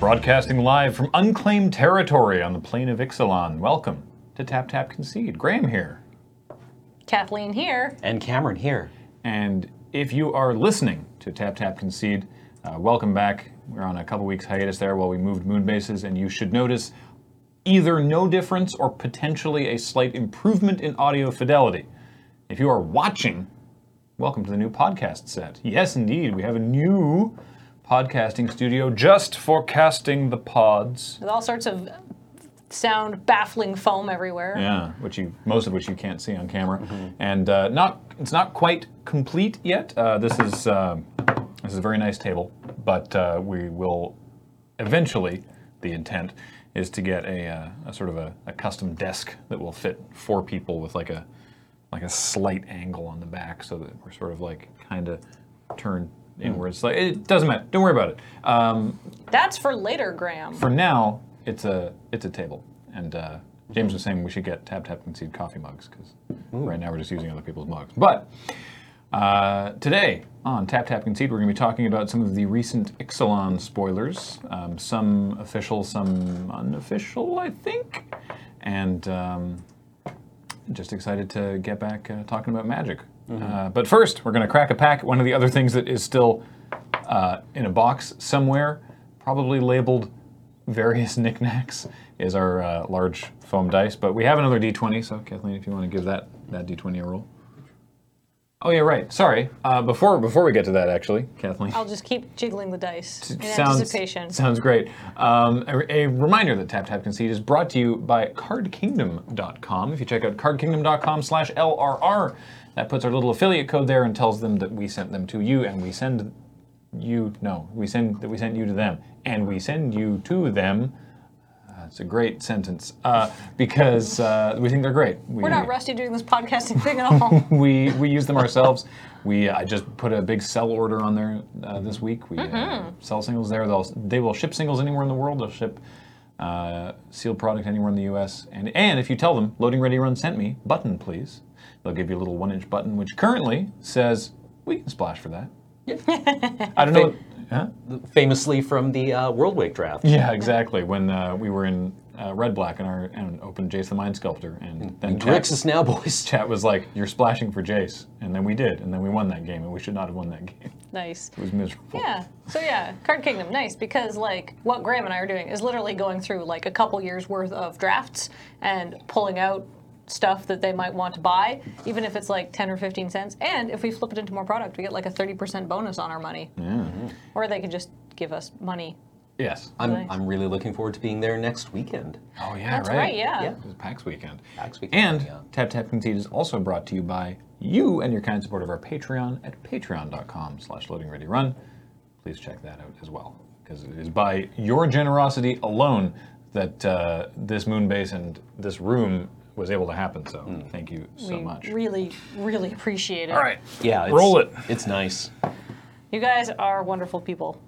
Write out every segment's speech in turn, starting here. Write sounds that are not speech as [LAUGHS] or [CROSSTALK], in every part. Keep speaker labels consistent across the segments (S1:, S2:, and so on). S1: Broadcasting live from unclaimed territory on the plain of Ixalan. Welcome to Tap Tap Concede. Graham here.
S2: Kathleen here.
S3: And Cameron here.
S1: And if you are listening to Tap Tap Concede, uh, welcome back. We're on a couple weeks hiatus there while we moved moon bases, and you should notice either no difference or potentially a slight improvement in audio fidelity. If you are watching, welcome to the new podcast set. Yes, indeed, we have a new podcasting studio just for casting the pods.
S2: With all sorts of sound baffling foam everywhere.
S1: Yeah, which you most of which you can't see on camera, and uh, not it's not quite complete yet. Uh, this is uh, this is a very nice table, but uh, we will eventually. The intent is to get a, uh, a sort of a, a custom desk that will fit four people with like a like a slight angle on the back, so that we're sort of like kind of turned inwards. Like it doesn't matter. Don't worry about it.
S2: That's for later, Graham.
S1: For now, it's a it's a table, and uh, James was saying we should get Tap Tap Concede coffee mugs because right now we're just using other people's mugs. But uh, today on Tap Tap Concede, we're going to be talking about some of the recent Ixalan spoilers, um, some official, some unofficial, I think, and um, just excited to get back uh, talking about magic. Uh, but first, we're going to crack a pack. One of the other things that is still uh, in a box somewhere, probably labeled various [LAUGHS] knickknacks, is our uh, large foam dice. But we have another D20, so Kathleen, if you want to give that that D20 a roll. Oh yeah, right. Sorry. Uh, before before we get to that, actually, Kathleen.
S2: I'll just keep jiggling the dice in
S1: Sounds-
S2: anticipation.
S1: Sounds great. Um, a, a reminder that Tap Tap Concede is brought to you by cardkingdom.com. If you check out cardkingdom.com slash LRR, that puts our little affiliate code there and tells them that we sent them to you and we send you, no, we send that we sent you to them and we send you to them. Uh, That's a great sentence uh, because uh, we think they're great. We,
S2: We're not
S1: [LAUGHS]
S2: rusty doing this podcasting thing at all.
S1: we we use them ourselves. We uh, I just put a big sell order on there uh, this week. We uh, sell singles there. They'll they will ship singles anywhere in the world. They'll ship uh, sealed product anywhere in the U.S. And and if you tell them loading ready run sent me button please, they'll give you a little one inch button which currently says we can splash for that. I don't know. Huh?
S3: Famously from the uh, World Wake draft.
S1: Yeah, exactly. When uh, we were in uh, Red Black and our and opened Jace the Mind Sculptor and then
S3: Drix is now, [LAUGHS] boys.
S1: Chat was like, "You're splashing for Jace," and then we did, and then we won that game, and we should not have won that [LAUGHS] game.
S2: nice.
S1: It was miserable.
S2: Yeah. So yeah, Card Kingdom, nice because like what Graham and I are doing is literally going through like a couple years worth of drafts and pulling out stuff that they might want to buy, even if it's like ten or fifteen cents. And if we flip it into more product, we get like a thirty percent bonus on our money. Or they could just give us money.
S1: Yes.
S3: I'm, I'm really looking forward to being there next weekend.
S1: oh yeah,
S2: That's
S1: right.
S2: right, yeah.
S3: Yeah.
S1: It was PAX weekend.
S3: PAX weekend,
S1: And
S3: yeah.
S1: Tap Tap Concede is also brought to you by you and your kind support of our Patreon at patreon.com slash loading ready run. Please check that out as well, because it is by your generosity alone that uh, this moon base and this room was able to happen. So
S3: Hmm.
S1: thank you so
S2: we
S1: much.
S2: really, really appreciate it.
S1: All right.
S3: Yeah, it's,
S1: Roll it.
S3: It's nice.
S2: You guys are wonderful people.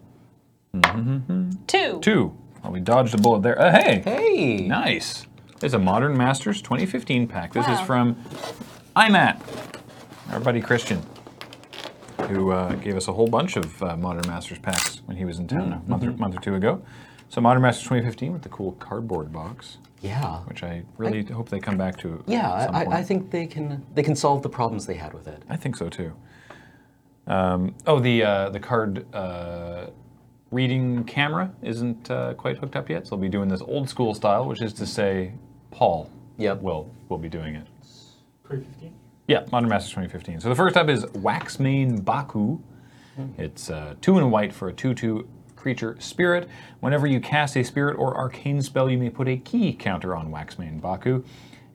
S2: Two.
S1: Mm-hmm. Two. Oh, we dodged a bullet there. Uh, hey.
S3: Hey,
S1: Nice. It's a Modern Masters 2015 pack. This is
S2: Wow.
S1: from IMAT, our buddy Christian, who uh, gave us a whole bunch of uh, Modern Masters packs when he was in town
S3: Mm-hmm.
S1: a month or, month or two ago. So Modern Masters 2015 with the cool cardboard box,
S3: yeah,
S1: which I really hope they come back to.
S3: yeah.
S1: at some
S3: I,
S1: point.
S3: I think they can they can solve the problems they had with it.
S1: I think so too. Um, oh, the uh, the card uh, reading camera isn't uh, quite hooked up yet, so I'll be doing this old school style, which is to say, Paul.
S3: Yep.
S1: Will will be doing it.
S4: 2015?
S1: Yeah, Modern Masters 2015. So the first up is Waxmane Baku. It's uh, two and a white for a 2 2 creature spirit. Whenever you cast a spirit or arcane spell, you may put a key counter on Waxmane Baku.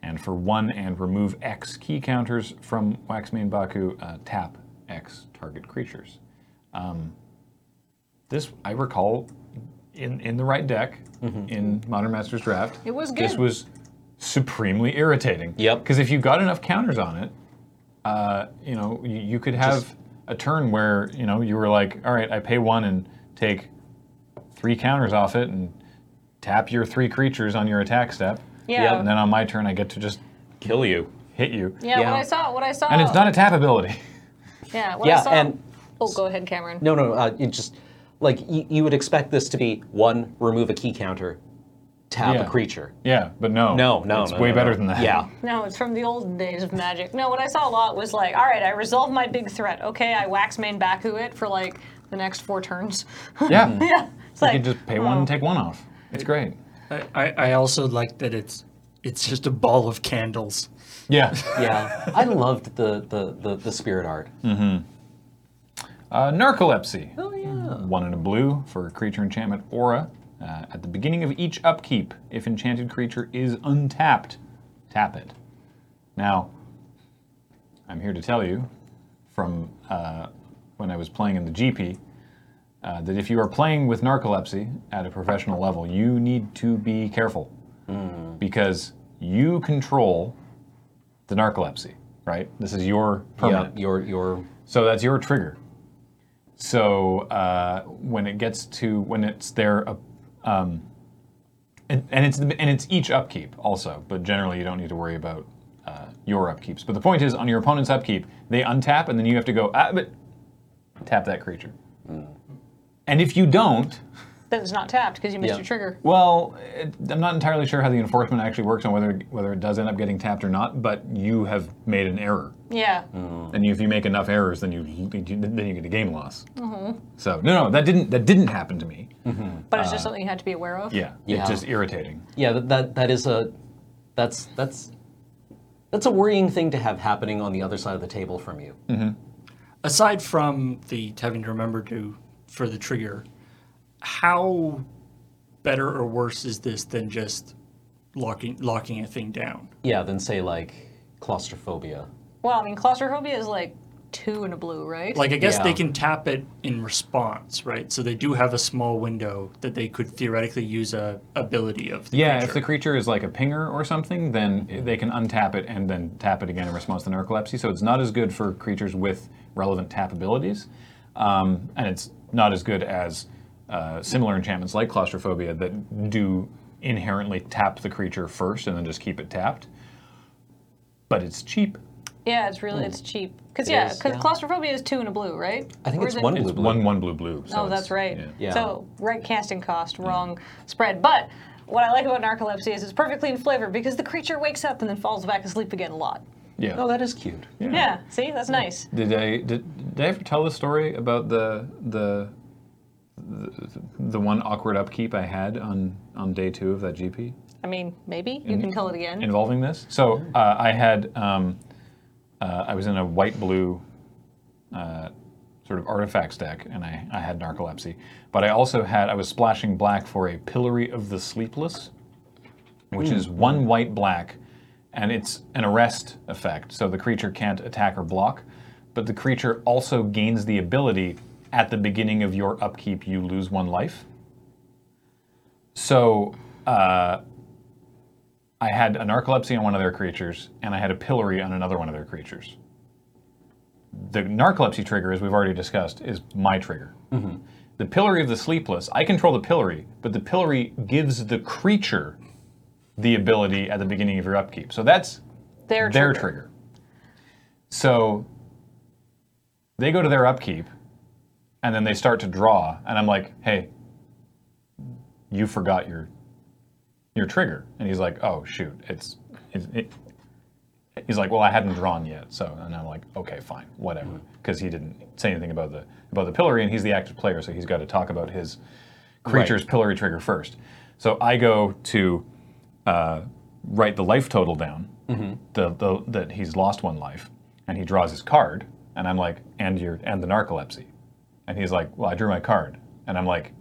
S1: And for one, and remove X key counters from Waxmane Baku, uh, tap X target creatures. Um, this, I recall, in, in the right deck in Modern Masters Draft.
S2: It was
S1: This
S2: good.
S1: was supremely irritating.
S3: Yep.
S1: Because if you got enough counters on it, uh, you know, you, you could have
S3: Just-
S1: a turn where you know you were like, all right, I pay one and take three counters off it and tap your three creatures on your attack step.
S2: Yeah.
S1: And then on my turn, I get to just
S3: Kill you.
S1: hit you.
S2: Yeah, Oh.
S3: Yeah.
S2: What I saw. What I saw.
S1: And it's not a tap ability. [LAUGHS]
S2: Yeah. What I
S3: Yeah,
S2: saw.
S3: and
S2: oh, go ahead, Cameron.
S3: no, no. Uh, it just Like you, you would expect this to be one, remove a key counter, tap
S1: Yeah.
S3: a creature.
S1: Yeah, but no.
S3: No, no,
S1: It's
S3: no,
S1: way
S3: no,
S1: better
S3: no.
S1: than that.
S3: Yeah,
S2: No, it's from the olden days of magic. No, what I saw a lot was like, all right, I resolve my big threat. Okay, I wax main Baku it for like the next four turns.
S1: [LAUGHS]
S2: [LAUGHS]
S1: Yeah. you
S2: yeah, it's like oh.
S1: can just pay one and take one off. It's great.
S4: I, I, I also like that it's it's just a ball of candles.
S3: [LAUGHS]
S1: Yeah.
S3: yeah. I loved the the the, the spirit art.
S1: Uh, narcolepsy. Oh, yeah. One in a blue for creature enchantment aura. Uh, at the beginning of each upkeep, if enchanted creature is untapped, tap it. Now, I'm here to tell you from uh, when I was playing in the GP uh, that if you are playing with narcolepsy at a professional level, you need to be careful because you control the narcolepsy, right? This is your permanent.
S3: Yeah, your your
S1: So that's your trigger. So uh, when it gets to when it's their, uh, um, and, and it's and it's each upkeep also, but generally you don't need to worry about uh, your upkeeps. But the point is, on your opponent's upkeep, they untap, and then you have to go ah, but tap that creature. And if you don't,
S2: that was not tapped because you missed
S3: Yeah.
S2: your trigger.
S1: well, it, I'm not entirely sure how the enforcement actually works on whether whether it does end up getting tapped or not. But you have made an error.
S2: Yeah,
S1: And if you make enough errors, then you then you get a game loss.
S2: Uh-huh.
S1: So no, no, that didn't that didn't happen to me.
S2: but it's just something you had to be aware of.
S1: Uh, Yeah,
S3: Yeah.
S1: it's just irritating.
S3: yeah that, that that is a that's that's that's a worrying thing to have happening on the other side of the table from you.
S4: Aside from the having to remember to for the trigger, how better or worse is this than just locking locking a thing down?
S3: Yeah, than say like claustrophobia.
S2: Well, I mean, claustrophobia is like two in a blue, right?
S4: Like I guess they
S3: Yeah.
S4: can tap it in response, right? So they do have a small window that they could theoretically use a ability of. The
S1: Yeah, if
S4: creature.
S1: the creature is like a pinger or something, then i- they can untap it and then tap it again in response to narcolepsy. So it's not as good for creatures with relevant tap abilities, um, and it's not as good as uh, similar enchantments like claustrophobia that do inherently tap the creature first and then just keep it tapped. But it's cheap.
S2: yeah, it's really it's cheap. Because
S3: It
S2: yeah,
S3: is,
S2: because
S3: yeah.
S2: claustrophobia is two in a blue, right?
S3: I think
S2: Or
S3: it's
S2: is it-
S3: one
S1: It's
S3: blue blue.
S1: one one blue blue. So
S2: Oh,
S1: it's-
S2: that's right.
S1: yeah.
S3: Yeah.
S2: So right casting cost, wrong spread. But what I like about narcolepsy is it's perfectly in flavor because the creature wakes up and then falls back asleep again a lot.
S1: Yeah.
S3: Oh, that is cute.
S2: Yeah, see, that's nice.
S1: Did I did, did I ever tell the story about the the the, the one awkward upkeep I had on on day two of that GP
S2: I mean, maybe you can tell it again.
S1: involving this? So uh, I had um, uh, I was in a white blue uh, sort of artifacts deck, and I I had narcolepsy, but I also had I was splashing black for a Pillory of the Sleepless, which is one white black, and it's an arrest effect, so the creature can't attack or block, but the creature also gains the ability at the beginning of your upkeep, you lose one life. So uh, I had a narcolepsy on one of their creatures, and I had a pillory on another one of their creatures. The narcolepsy trigger, as we've already discussed, is my trigger. The pillory of the sleepless, I control the pillory, but the pillory gives the creature the ability at the beginning of your upkeep. So that's
S2: their
S1: their
S2: trigger.
S1: trigger. So they go to their upkeep, and then they start to draw, and I'm like, "Hey, you forgot your your trigger," and he's like, "Oh shoot, it's." it's it, He's like, well, I hadn't drawn yet, so, and I'm like, okay, fine, whatever, because he didn't say anything about the about the pillory, and he's the active player, so he's got to talk about his creature's pillory trigger first. So I go to uh, write the life total down,
S3: Mm-hmm.
S1: the, the, that he's lost one life, and he draws his card, and I'm like, and your and the narcolepsy, and he's like, well, I drew my card, and I'm like,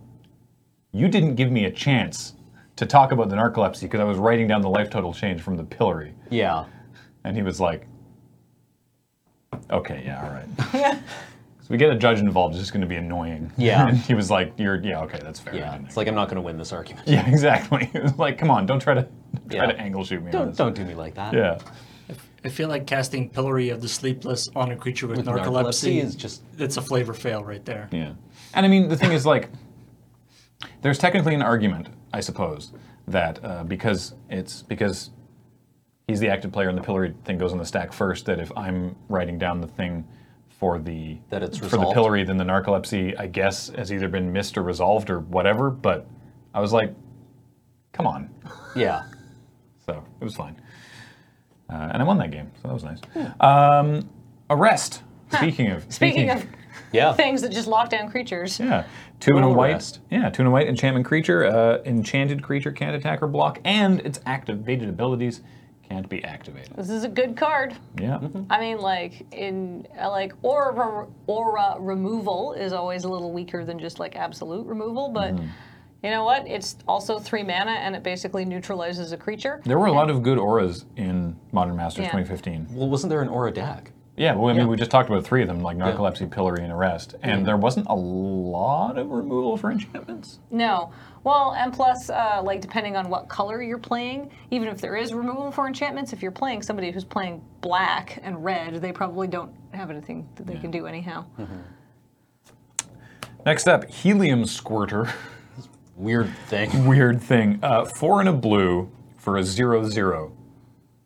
S1: you didn't give me a chance to talk about the narcolepsy because I was writing down the life total change from the pillory,
S3: Yeah.
S1: and he was like, okay, yeah, all right. So we get a judge involved, it's just going to be annoying. [LAUGHS]
S3: Yeah.
S1: and he was like, you're yeah, okay, that's fair. I
S3: Yeah.
S1: didn't
S3: It's like I'm not going to win this
S1: [LAUGHS]
S3: argument.
S1: yeah, exactly. [LAUGHS] It was like, come on, don't try to don't try
S3: Yeah.
S1: to angle shoot me. on
S3: Don't
S1: this.
S3: don't do me like that.
S1: Yeah,
S4: I feel like casting Pillory of the Sleepless on a creature with,
S3: With
S4: narcolepsy,
S3: narcolepsy is just-
S4: That's a flavor fail right there.
S1: yeah. And I mean, the thing is, like, there's technically an argument, I suppose, that uh, because it's because he's the active player and the pillory thing goes on the stack first. That if I'm writing down the thing for the
S3: That it's
S1: for the
S3: resolved?
S1: pillory than the narcolepsy. I guess has either been missed or resolved or whatever. But I was like, come on.
S3: Yeah.
S1: So it was fine. Uh, and I won that game, so that was nice.
S3: Hmm.
S1: Um, arrest.
S3: [LAUGHS]
S1: Speaking of
S2: Speaking of [LAUGHS]
S3: Yeah.
S2: things that just lock down creatures,
S1: yeah, two and a
S3: Total
S1: white.
S3: arrest.
S1: Yeah, two and a white enchantment creature. Uh, enchanted creature can't attack or block, and its activated abilities can't be activated.
S2: this is a good Mm-hmm. card.
S1: Yeah,
S2: I mean, like in uh, like aura aura removal is always a little weaker than just like absolute removal, but you know what? It's also three mana, and it basically neutralizes a creature.
S1: there were a lot of good auras in Modern Masters
S2: Yeah.
S1: 2015.
S3: Well, wasn't there an Aura DAG?
S1: Yeah, well, I mean, we just talked about three of them, like narcolepsy, pillory, and arrest, and there wasn't a lot of removal for enchantments.
S2: No. Well, and plus, uh, like depending on what color you're playing, even if there is removal for enchantments, if you're playing somebody who's playing black and red, they probably don't have anything that they can do anyhow.
S1: Next up, helium squirter. [LAUGHS]
S3: Weird thing.
S1: weird thing. Uh, four and a blue for a zero zero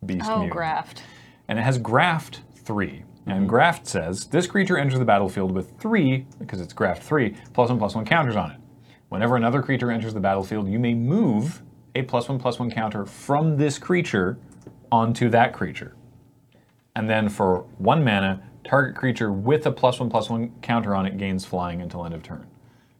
S1: beast
S2: Oh,
S1: mutant.
S2: graft.
S1: And it has graft three. And graft says this creature enters the battlefield with three, because it's graft three, plus one plus one counters on it. Whenever another creature enters the battlefield, you may move a plus one plus one counter from this creature onto that creature. And then for one mana, target creature with a plus one plus one counter on it gains flying until end of turn.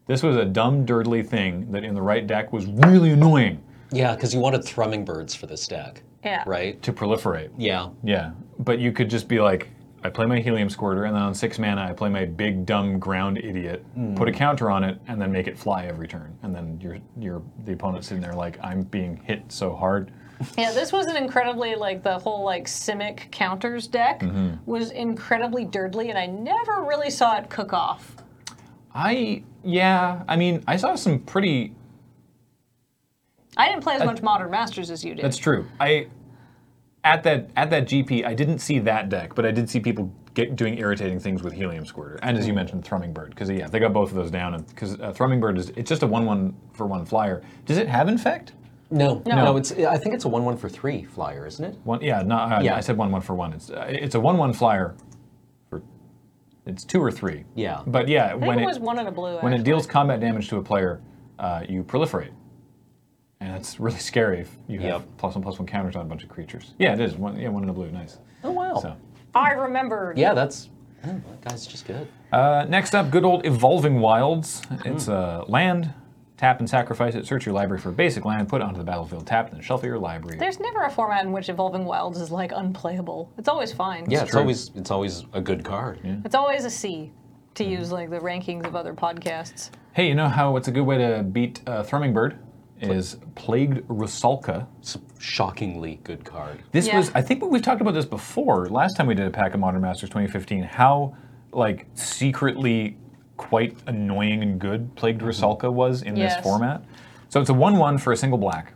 S1: This was a dumb, dirtly thing that in the right deck was really annoying
S3: [LAUGHS] Yeah, because you wanted thrumming birds for this deck.
S2: Yeah.
S3: Right?
S1: to proliferate.
S3: Yeah.
S1: Yeah, but you could just be like, I play my helium squirter, and then on six mana, I play my big dumb ground idiot, put a counter on it, and then make it fly every turn. And then you're, you're the opponent sitting there like, I'm being hit so hard.
S2: Yeah, this was an incredibly like the whole like Simic counters deck
S1: Mm-hmm.
S2: was incredibly dirtly, and I never really saw it cook off.
S1: I yeah, I mean, I saw some pretty.
S2: I didn't play as much Modern Masters as you did.
S1: That's true. I at that at that GP, I didn't see that deck, but I did see people get doing irritating things with helium squirter, and as you mentioned, thrumming bird, because yeah, they got both of those down, and because uh, thrumming bird is it's just a one one for one flyer. Does it have infect?
S3: No.
S2: No.
S3: it's I think it's a one one for three flyer, isn't it?
S1: One, yeah, no, I,
S3: Yeah.
S1: I said one one for one. It's uh, it's a one one flyer. For, it's two or three.
S3: Yeah.
S1: But yeah,
S2: I think
S1: when
S2: it
S1: it
S2: was one in a blue.
S1: when it
S2: actually.
S1: deals combat damage to a player, uh, you proliferate, and that's really [LAUGHS] scary if you have
S3: Yep.
S1: plus one plus one counters on a bunch of creatures. Yeah, it is one. Yeah, one in a blue. Nice.
S3: Oh wow.
S1: So.
S2: I remembered.
S3: Yeah, that's oh, that guy's just good.
S1: Uh, next up, good old Evolving Wilds. It's
S3: Hmm.
S1: a land. Tap and sacrifice it. Search your library for a basic land. Put it onto the battlefield. Tap and shuffle your library.
S2: There's never a format in which Evolving Wilds is like unplayable. It's always fine.
S3: Yeah, it's
S1: true.
S3: always it's always a good card.
S2: It's always a C to
S1: Mm-hmm.
S2: use like the rankings of other podcasts.
S1: Hey, you know how it's a good way to beat uh, Thrumming Bird? Is Plagued Rusalka.
S3: It's a shockingly good card.
S1: This
S2: Yeah.
S1: was, I think we've talked about this before, last time we did a pack of Modern Masters 2015, how, like, secretly quite annoying and good Plagued Rusalka was in
S2: Yes.
S1: this format. So it's a 1 1 for a single black,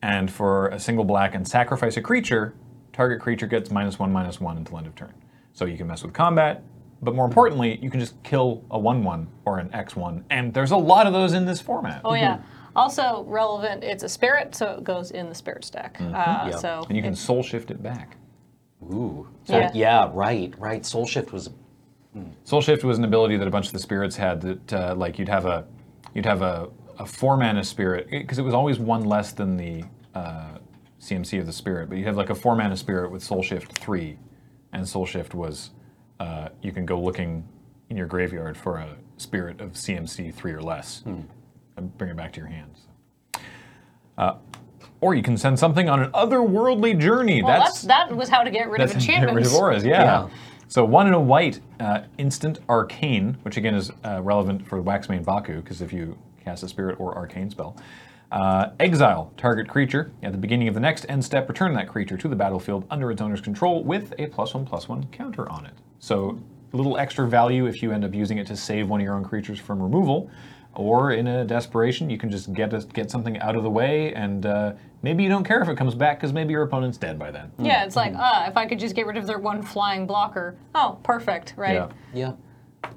S1: and for a single black and sacrifice a creature, target creature gets minus 1 minus 1 until end of turn. So you can mess with combat, but more importantly, you can just kill a 1 1 or an X 1, and there's a lot of those in this format.
S2: Oh yeah. Also relevant, it's a spirit, so it goes in the spirit stack. Uh,
S3: Yeah.
S2: So
S1: Mm-hmm. And you can
S2: it-
S1: soul shift it back.
S3: Ooh. So,
S2: Yeah.
S3: yeah. right, right. Soul Shift was
S1: Soul Shift was an ability that a bunch of the spirits had that, uh, like, you'd have a, you'd have a, a four mana spirit because it was always one less than the uh, CMC of the spirit, but you have like a four mana spirit with Soul Shift three, and Soul Shift was, uh, you can go looking in your graveyard for a spirit of CMC three or less, and bring it back to your hand. Uh, or you can send something on an otherworldly journey.
S2: well, that's, that was how to get rid of
S1: That's [LAUGHS] get rid
S2: enchantments.
S1: of auras, yeah.
S3: Yeah.
S1: So one in a white, uh, instant arcane, which again is uh, relevant for Waxmane Baku, because if you cast a spirit or arcane spell, uh, exile target creature at the beginning of the next end step. Return that creature to the battlefield under its owner's control with a plus one plus one counter on it. So a little extra value if you end up using it to save one of your own creatures from removal. Or in a desperation, you can just get a, get something out of the way, and uh, maybe you don't care if it comes back because maybe your opponent's dead by then.
S2: Yeah, it's
S1: hmm.
S2: like, uh, if I could just get rid of their one flying blocker. Oh, perfect, right?
S1: Yeah.
S3: yeah.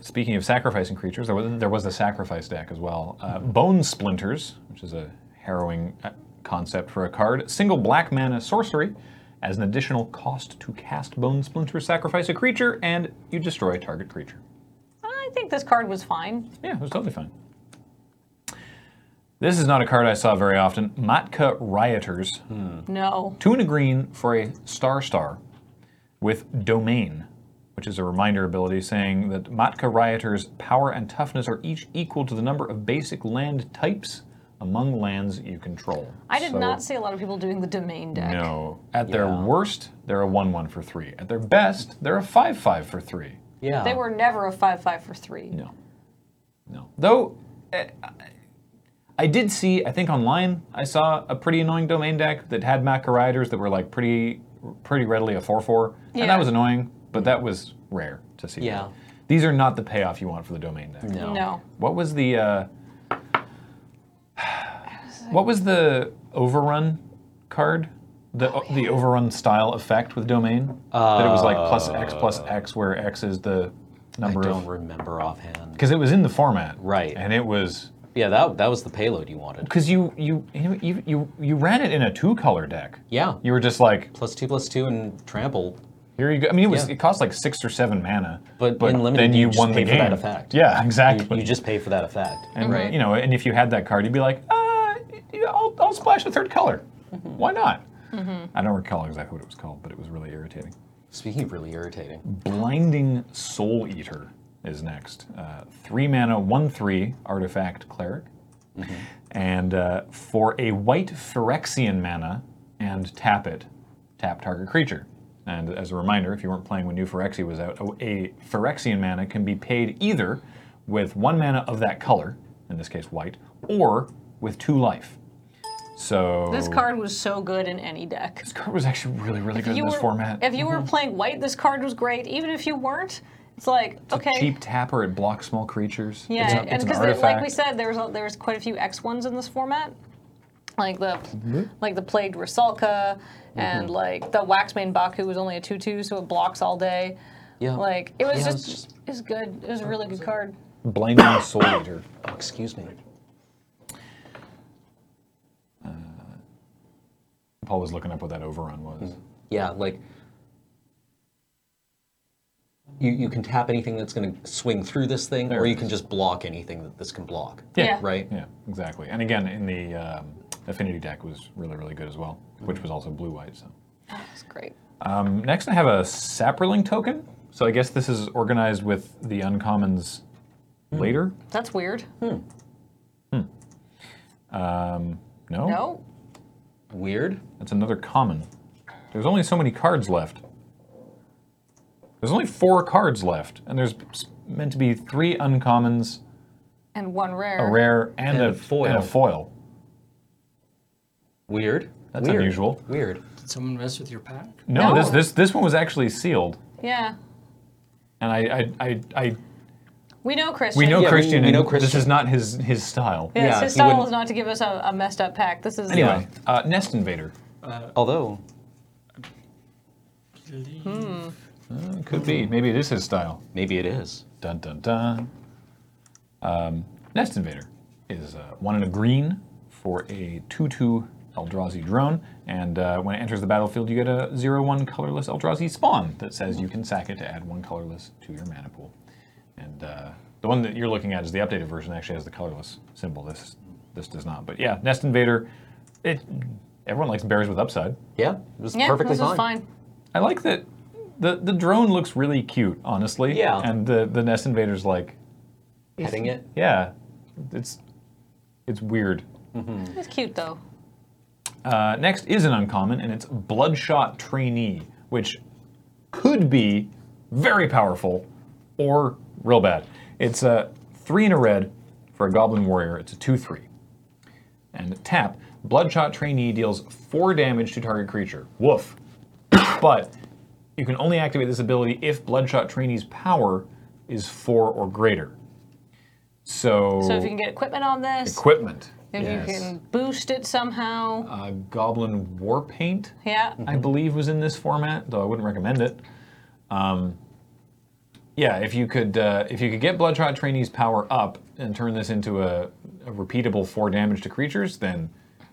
S1: Speaking of sacrificing creatures, there was there was the sacrifice deck as well. Uh, Bone splinters, which is a harrowing uh, concept for a card, single black mana sorcery. As an additional cost to cast Bone Splinter, sacrifice a creature, and you destroy a target creature.
S2: I think this card was fine.
S1: Yeah, it was totally fine. This is not a card I saw very often. Matka Rioters.
S2: No.
S1: Two and a green for a star star with domain, which is a reminder ability saying that Matka rioters' power and toughness are each equal to the number of basic land types among lands you control.
S2: I did
S1: So,
S2: not see a lot of people doing the domain deck.
S1: No. At their
S3: Yeah.
S1: worst, they're a 1 1 for 3. At their best, they're a 5 5 for 3.
S3: Yeah.
S2: They were never a 5 5 for 3.
S1: No. No. Though, eh, I I did see, I think online, I saw a pretty annoying domain deck that had Maca Riders that were like pretty pretty readily a 4 4. And
S2: Yeah.
S1: that was annoying, but that was rare to see.
S3: Yeah.
S1: These are not the payoff you want for the domain deck.
S3: No.
S2: No.
S1: What was the. Uh, what was the overrun card? The, uh, the overrun style effect with domain? that it was like plus x plus x, where x is the
S3: I
S1: number of
S3: don't remember offhand.
S1: because it was in the format,
S3: Right.
S1: And it was
S3: Yeah, that, that was the payload you wanted.
S1: because you you, you you you ran it in a two-color deck.
S3: Yeah.
S1: You were just like,
S3: Plus two, plus two, and trample.
S1: here you go. I mean, it was
S3: Yeah.
S1: it cost like six or seven mana,
S3: But in limited,
S1: then you,
S3: you just
S1: won
S3: pay
S1: the
S3: for
S1: game.
S3: that effect.
S1: Yeah,
S3: You,
S1: exactly.
S3: you just pay for that effect.
S2: Mm-hmm.
S1: and,
S3: right.
S1: You know, and if you had that card, you'd be like, uh, yeah, I'll I'll splash a third color. Why not? I don't recall exactly what it was called, but it was really irritating.
S3: Speaking of really
S1: Mm.
S3: irritating.
S1: Blinding Soul Eater is next. Uh, three mana, one three artifact cleric, and uh, for a white Phyrexian mana, and tap it, tap target creature. And as a reminder, if you weren't playing when New Phyrexia was out, a- a Phyrexian mana can be paid either with one mana of that color, in this case white, or with two life. So
S2: This card was so good in any deck.
S1: this card was actually really, really good in
S2: You
S1: this
S2: were-
S1: format. Mm-hmm.
S2: If you were playing white, this card was great. Even if you weren't, it's like, okay.
S1: Cheap tapper, it blocks small creatures.
S2: Yeah,
S1: it's a,
S2: and
S1: it's an
S2: because like we
S1: artifact.
S2: said, there was a, there was quite a few X ones in this format, like the like the plagued Rasalka, and like the Waxmane Baku was only a two two, so it blocks all day.
S3: Yeah.
S2: Like it was
S3: Oh. Yeah,
S2: just, it was good. It was a really good card.
S1: Blinding Soul Eater.
S3: oh, excuse me.
S1: Paul was looking up what that overrun was.
S3: Yeah, like you, you can tap anything that's going to swing through this thing,
S1: There
S3: or
S1: it
S3: you can just block anything that this can block.
S2: Yeah.
S3: Right?
S1: Yeah, exactly. And again, in the um, affinity deck was really, really good as well, which was also blue white. So
S2: [SIGHS] It's great.
S1: um, next, I have a Sapperling token. So I guess this is organized with the uncommons later.
S2: That's weird.
S1: No,
S2: No,
S3: Weird.
S1: that's another common. There's only so many cards left. There's only four cards left, and there's meant to be three uncommons,
S2: and one rare.
S1: a Oh, rare, and,
S3: And
S1: a,
S3: a foil.
S1: And a foil.
S3: Weird.
S1: That's
S3: Weird.
S1: unusual.
S3: Weird.
S4: Did someone mess with your pack?
S1: No, this
S2: No.
S1: this this one was actually sealed,
S2: Yeah,
S1: and I I I, I
S2: we know Christian.
S1: we know
S3: Yeah, we-
S1: Christian.
S3: we
S1: and
S3: know
S1: This
S3: Christian.
S1: is not his his style.
S2: Yes,
S3: Yeah,
S2: his
S3: he
S2: style
S3: wouldn't-
S2: is not to give us a, a messed up pack. This is
S1: Anyway, uh, Nest Invader
S3: Although, Hmm.
S1: Uh, could be maybe it is his style.
S3: maybe it is.
S1: Dun dun dun. Um, Nest Invader is uh, one in a green for a two-two Eldrazi drone, and uh, when it enters the battlefield, you get a zero-one colorless Eldrazi spawn that says you can sack it to add one colorless to your mana pool. And uh, the one that you're looking at is the updated version. Actually, has the colorless symbol. This this does not. But yeah, Nest Invader. It everyone likes bears with upside.
S3: Yeah, it was
S2: yeah,
S3: perfectly
S2: this is fine.
S1: I like that. the The drone looks really cute, honestly.
S3: Yeah.
S1: And the the Nest Invader's like,
S3: Petting it.
S1: yeah, it's it's weird.
S2: It's cute though.
S1: Uh, next is an uncommon, and it's Bloodshot Trainee, which could be very powerful or real bad. It's a three and a red for a Goblin Warrior. It's a two-three. And tap, Bloodshot Trainee deals four damage to target creature. Woof. [COUGHS] but you can only activate this ability if Bloodshot Trainee's power is four or greater. So,
S2: So if you can get equipment on this,
S1: equipment.
S2: if
S1: Yes.
S2: you can boost it somehow,
S1: uh, Goblin War Paint.
S2: yeah.
S1: I believe was in this format, though I wouldn't recommend it. Um, yeah, if you could uh, if you could get Bloodshot Trainee's power up and turn this into a, a repeatable four damage to creatures, then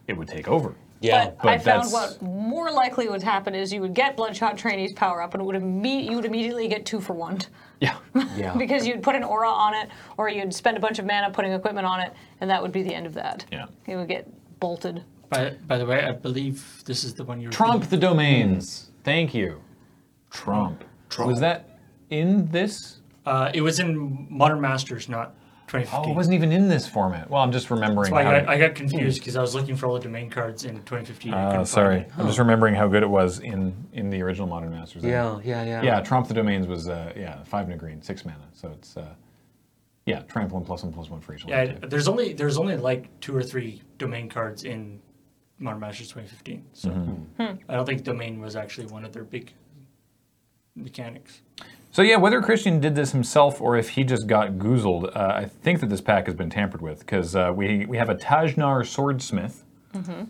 S1: it would take over.
S5: Yeah,
S2: but,
S1: but
S2: I found
S1: that's-
S2: what more likely would happen is you would get Bloodshot Trainee's power up, and it would imme- you would immediately get two for one.
S1: Yeah. [LAUGHS]
S3: [LAUGHS] Yeah.
S2: because you'd put an aura on it, or you'd spend a bunch of mana putting equipment on it, and that would be the end of that.
S1: Yeah.
S2: It would get bolted.
S4: By, by the way, I believe this is the one you're.
S1: Trump the domains. Thank you. Trump.
S5: Trump.
S1: Was that in this?
S4: Uh, it was in Modern Masters, not
S1: Oh,
S4: 2015.
S1: it wasn't even in this format. Well, I'm just remembering.
S4: I,
S1: how
S4: got, I got confused because I was looking for all the domain cards in 2015. I couldn't
S1: Oh,
S4: find
S1: sorry.
S4: it.
S1: I'm just remembering how good it was in in the original Modern Masters.
S3: Yeah, yeah, yeah.
S1: Yeah, Trump the Domains was uh, yeah five and a green, six mana. So it's uh, yeah, triumph one plus one plus one for each.
S4: Yeah,
S1: land
S4: I- there's only there's only like two or three domain cards in Modern Masters 2015. So
S1: Mm-hmm.
S4: I don't think domain was actually one of their big mechanics.
S1: So yeah, whether Christian did this himself or if he just got goozled, uh, I think that this pack has been tampered with because uh, we we have a Tajnar Swordsmith,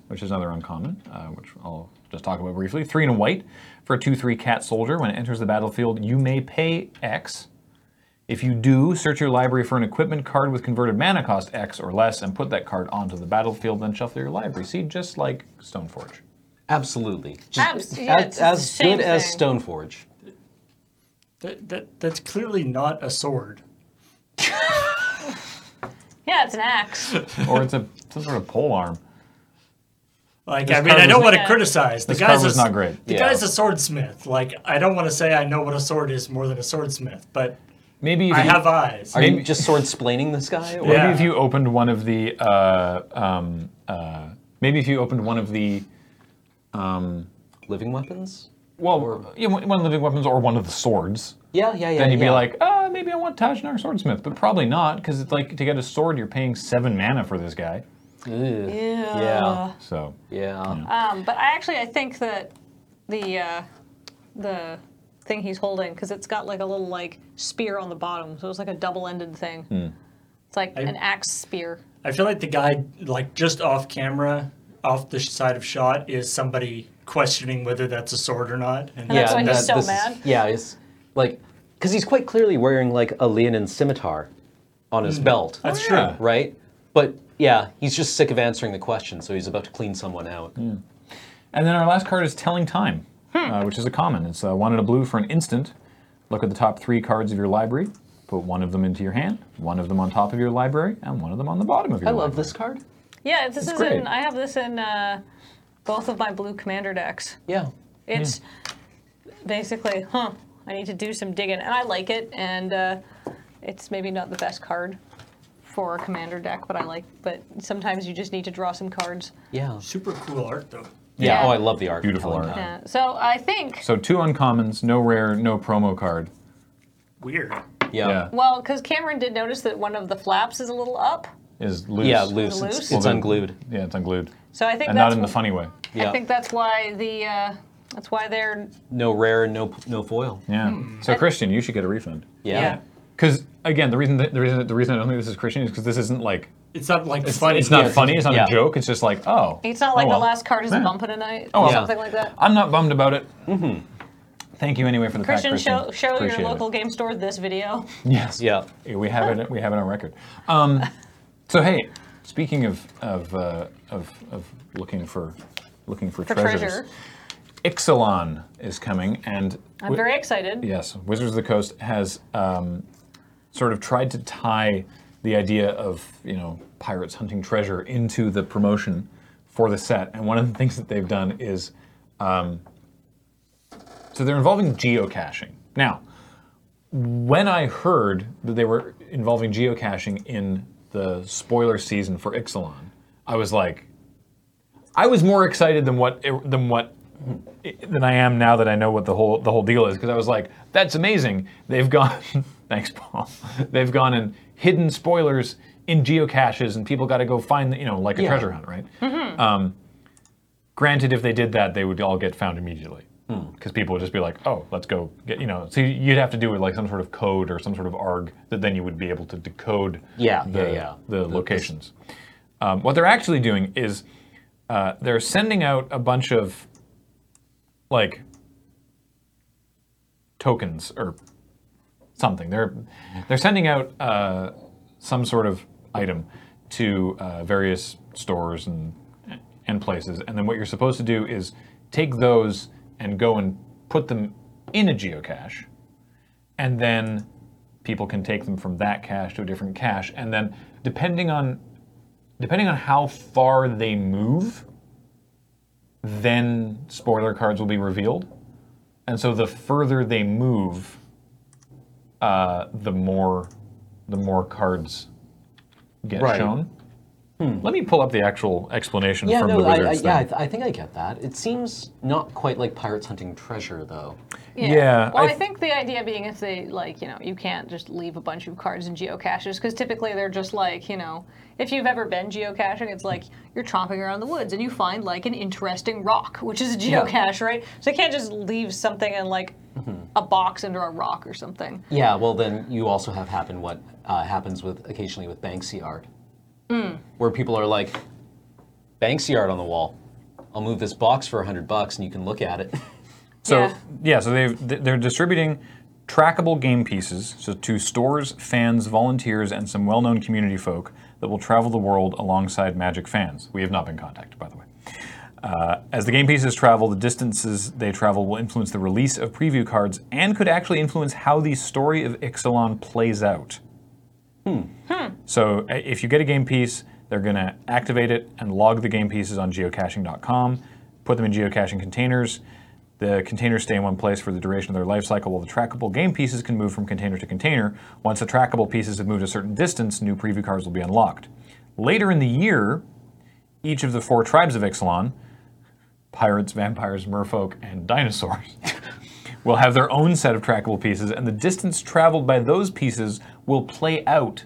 S1: which is another uncommon, uh, which I'll just talk about briefly. Three and a white for a two-three cat soldier. When it enters the battlefield, you may pay X. If you do, search your library for an equipment card with converted mana cost X or less, and put that card onto the battlefield. Then shuffle your library. See, just like Stoneforge.
S3: Absolutely. Just
S2: Abs- yeah,
S3: as
S2: it's the
S3: as
S2: same
S3: good as
S2: thing.
S3: Stoneforge.
S4: That, that that's clearly not a sword.
S2: Yeah, it's an axe.
S1: or it's a some sort of pole arm.
S4: Like
S1: This
S4: I mean,
S1: card
S4: I don't
S1: was-
S4: want to
S2: Yeah.
S4: criticize. The
S1: This
S4: guy's
S1: card was
S4: a, s-
S1: not great.
S4: The
S3: Yeah.
S4: guy's a swordsmith. Like I don't want to say I know what a sword is more than a swordsmith, but
S1: Maybe if
S4: I
S1: you-
S4: have eyes.
S3: Are you
S1: Maybe-
S3: just sword splaining this guy? Or?
S4: Yeah.
S1: Maybe if you opened one of the uh, um, uh, maybe if you opened one of the
S3: Living weapons?
S1: well, yeah, one one of the big weapons or one of the swords,
S3: Yeah, yeah, yeah.
S1: then you'd be
S3: yeah.
S1: like, oh, maybe I want Tajnar Swordsmith, but probably not because it's like to get a sword, you're paying seven mana for this guy.
S3: Ugh. Uh,
S2: Yeah.
S1: So
S3: yeah.
S2: Um, but I actually I think that the uh, the thing he's holding because it's got like a little like spear on the bottom, so it's like a double-ended thing. It's like
S4: I-
S2: an axe spear.
S4: I feel like the guy, like just off camera, off the side of shot, is somebody questioning whether that's a sword or not. And
S2: Yeah. that's why he's
S3: that-
S2: so
S3: this is-
S2: mad.
S3: yeah, it's like because he's quite clearly wearing like a Leonin scimitar on his belt,
S4: That's
S1: Oh,
S4: true.
S1: yeah.
S3: right? But yeah, he's just sick of answering the question, so he's about to clean someone out.
S1: And then our last card is Telling Time,
S3: Hmm.
S1: uh, which is a common. It's uh, one and a blue for an instant. Look at the top three cards of your library. Put one of them into your hand, one of them on top of your library, and one of them on the bottom of your
S3: I
S1: library.
S3: love this card.
S2: Yeah, this is
S1: great.
S2: in. I have this in uh, both of my blue commander decks.
S3: Yeah,
S1: Hmm.
S2: It's basically, huh? I need to do some digging, and I like it. And uh, it's maybe not the best card for a commander deck, but I like. But sometimes you just need to draw some cards.
S3: yeah,
S4: Super cool art though.
S3: yeah.
S2: Yeah.
S3: Oh, I love the art. for
S1: Beautiful
S3: Telling
S1: art.
S3: Time.
S2: Yeah. So I think
S1: So two uncommons, no rare, no promo card.
S4: Weird.
S3: Yeah, yeah.
S2: Well, because Cameron did notice that one of the flaps is a little up,
S1: is loose.
S3: loose.
S2: Loose?
S3: It's,
S2: Well,
S3: it's
S1: then-
S3: unglued.
S1: Yeah, it's unglued.
S2: so I think
S1: And
S2: that's
S1: not in the
S2: wh-
S1: funny way.
S3: Yeah.
S2: I think that's why the uh, that's why they're
S3: No rare, no no foil.
S1: Yeah.
S2: Hmm.
S1: So Christian, you should get a refund.
S3: Yeah.
S1: Because again, the reason that, the reason the reason I don't think this is Christian is because this isn't like
S4: It's not like
S1: it's,
S4: funny.
S1: it's not
S3: yeah,
S1: funny. It's not
S3: yeah.
S1: a joke. It's just like oh.
S2: It's not like
S1: oh well.
S2: the last card is a
S1: Yeah.
S2: bumper tonight
S1: Oh,
S2: or
S1: well.
S2: something like that.
S1: I'm not bummed about it.
S3: Mm-hmm.
S1: Thank you anyway for the pack,
S2: Christian, show show
S1: Appreciate
S2: your
S1: it.
S2: local game store this video.
S1: Yes.
S3: Yeah.
S1: Yeah, We have it. We have it on record. Um, so hey, speaking of of, uh, of of looking for looking for,
S2: For
S1: treasures,
S2: treasure.
S1: Ixalan is coming, and
S2: I'm
S1: wi-
S2: very excited.
S1: Yes, Wizards of the Coast has um, sort of tried to tie the idea of you know pirates hunting treasure into the promotion for the set, and one of the [LAUGHS] things that they've done is um, so they're involving geocaching. Now, when I heard that they were involving geocaching in the spoiler season for Ixalan, I was like, I was more excited than what than what than I am now that I know what the whole the whole deal is because I was like, that's amazing. They've gone, [LAUGHS] thanks, Paul. They've gone and hidden spoilers in geocaches, and people got to go find the- you know like a
S3: Yeah.
S1: treasure hunt, right? Um, granted, if they did that, they would all get found immediately
S3: Hmm.
S1: because people would just be like, oh, let's go get you know. So you'd have to do it like some sort of code or some sort of arg that then you would be able to decode
S3: Yeah,
S1: the,
S3: yeah, yeah.
S1: the locations. Um, what they're actually doing is uh, they're sending out a bunch of like tokens or something. They're they're sending out uh, some sort of item to uh, various stores and and places. And then what you're supposed to do is take those and go and put them in a geocache, and then people can take them from that cache to a different cache. And then depending on depending on how far they move, then spoiler cards will be revealed. And so the further they move, uh, the more the more cards get
S3: Right. Hmm.
S1: shown. Let me pull up the actual explanation
S3: Yeah,
S1: from
S3: no,
S1: the
S3: I, I,
S1: wizards.
S3: yeah, I,
S1: thing.
S3: th- I think I get that. It seems not quite like pirates hunting treasure, though.
S1: Yeah,
S2: Well,
S1: I
S2: I,
S1: th-
S2: think the idea being if they like, you know, you can't just leave a bunch of cards in geocaches because typically they're just like, you know, if you've ever been geocaching, it's like you're tromping around the woods and you find like an interesting rock, which is a geocache, right? So you can't just leave something in like
S1: Mm-hmm.
S2: a box under a rock or something.
S3: Yeah, well, then you also have happen what uh, happens with occasionally with Banksy art, where people are like, Banksy art on the wall. I'll move this box for hundred bucks, and you can look at it. [LAUGHS]
S1: So yeah,
S2: Yeah.
S1: so they've th- they're distributing trackable game pieces so to stores, fans, volunteers, and some well-known community folk that will travel the world alongside Magic fans. We have not been contacted, by the way. Uh, as the game pieces travel, the distances they travel will influence the release of preview cards and could actually influence how the story of Ixalan plays out. So i- if you get a game piece, they're going to activate it and log the game pieces on geocaching.com, put them in geocaching containers. The containers stay in one place for the duration of their life cycle, while the trackable game pieces can move from container to container. Once the trackable pieces have moved a certain distance, new preview cards will be unlocked. Later in the year, each of the four tribes of Ixalan pirates, vampires, merfolk, and dinosaurs will have their own set of trackable pieces, and the distance traveled by those pieces will play out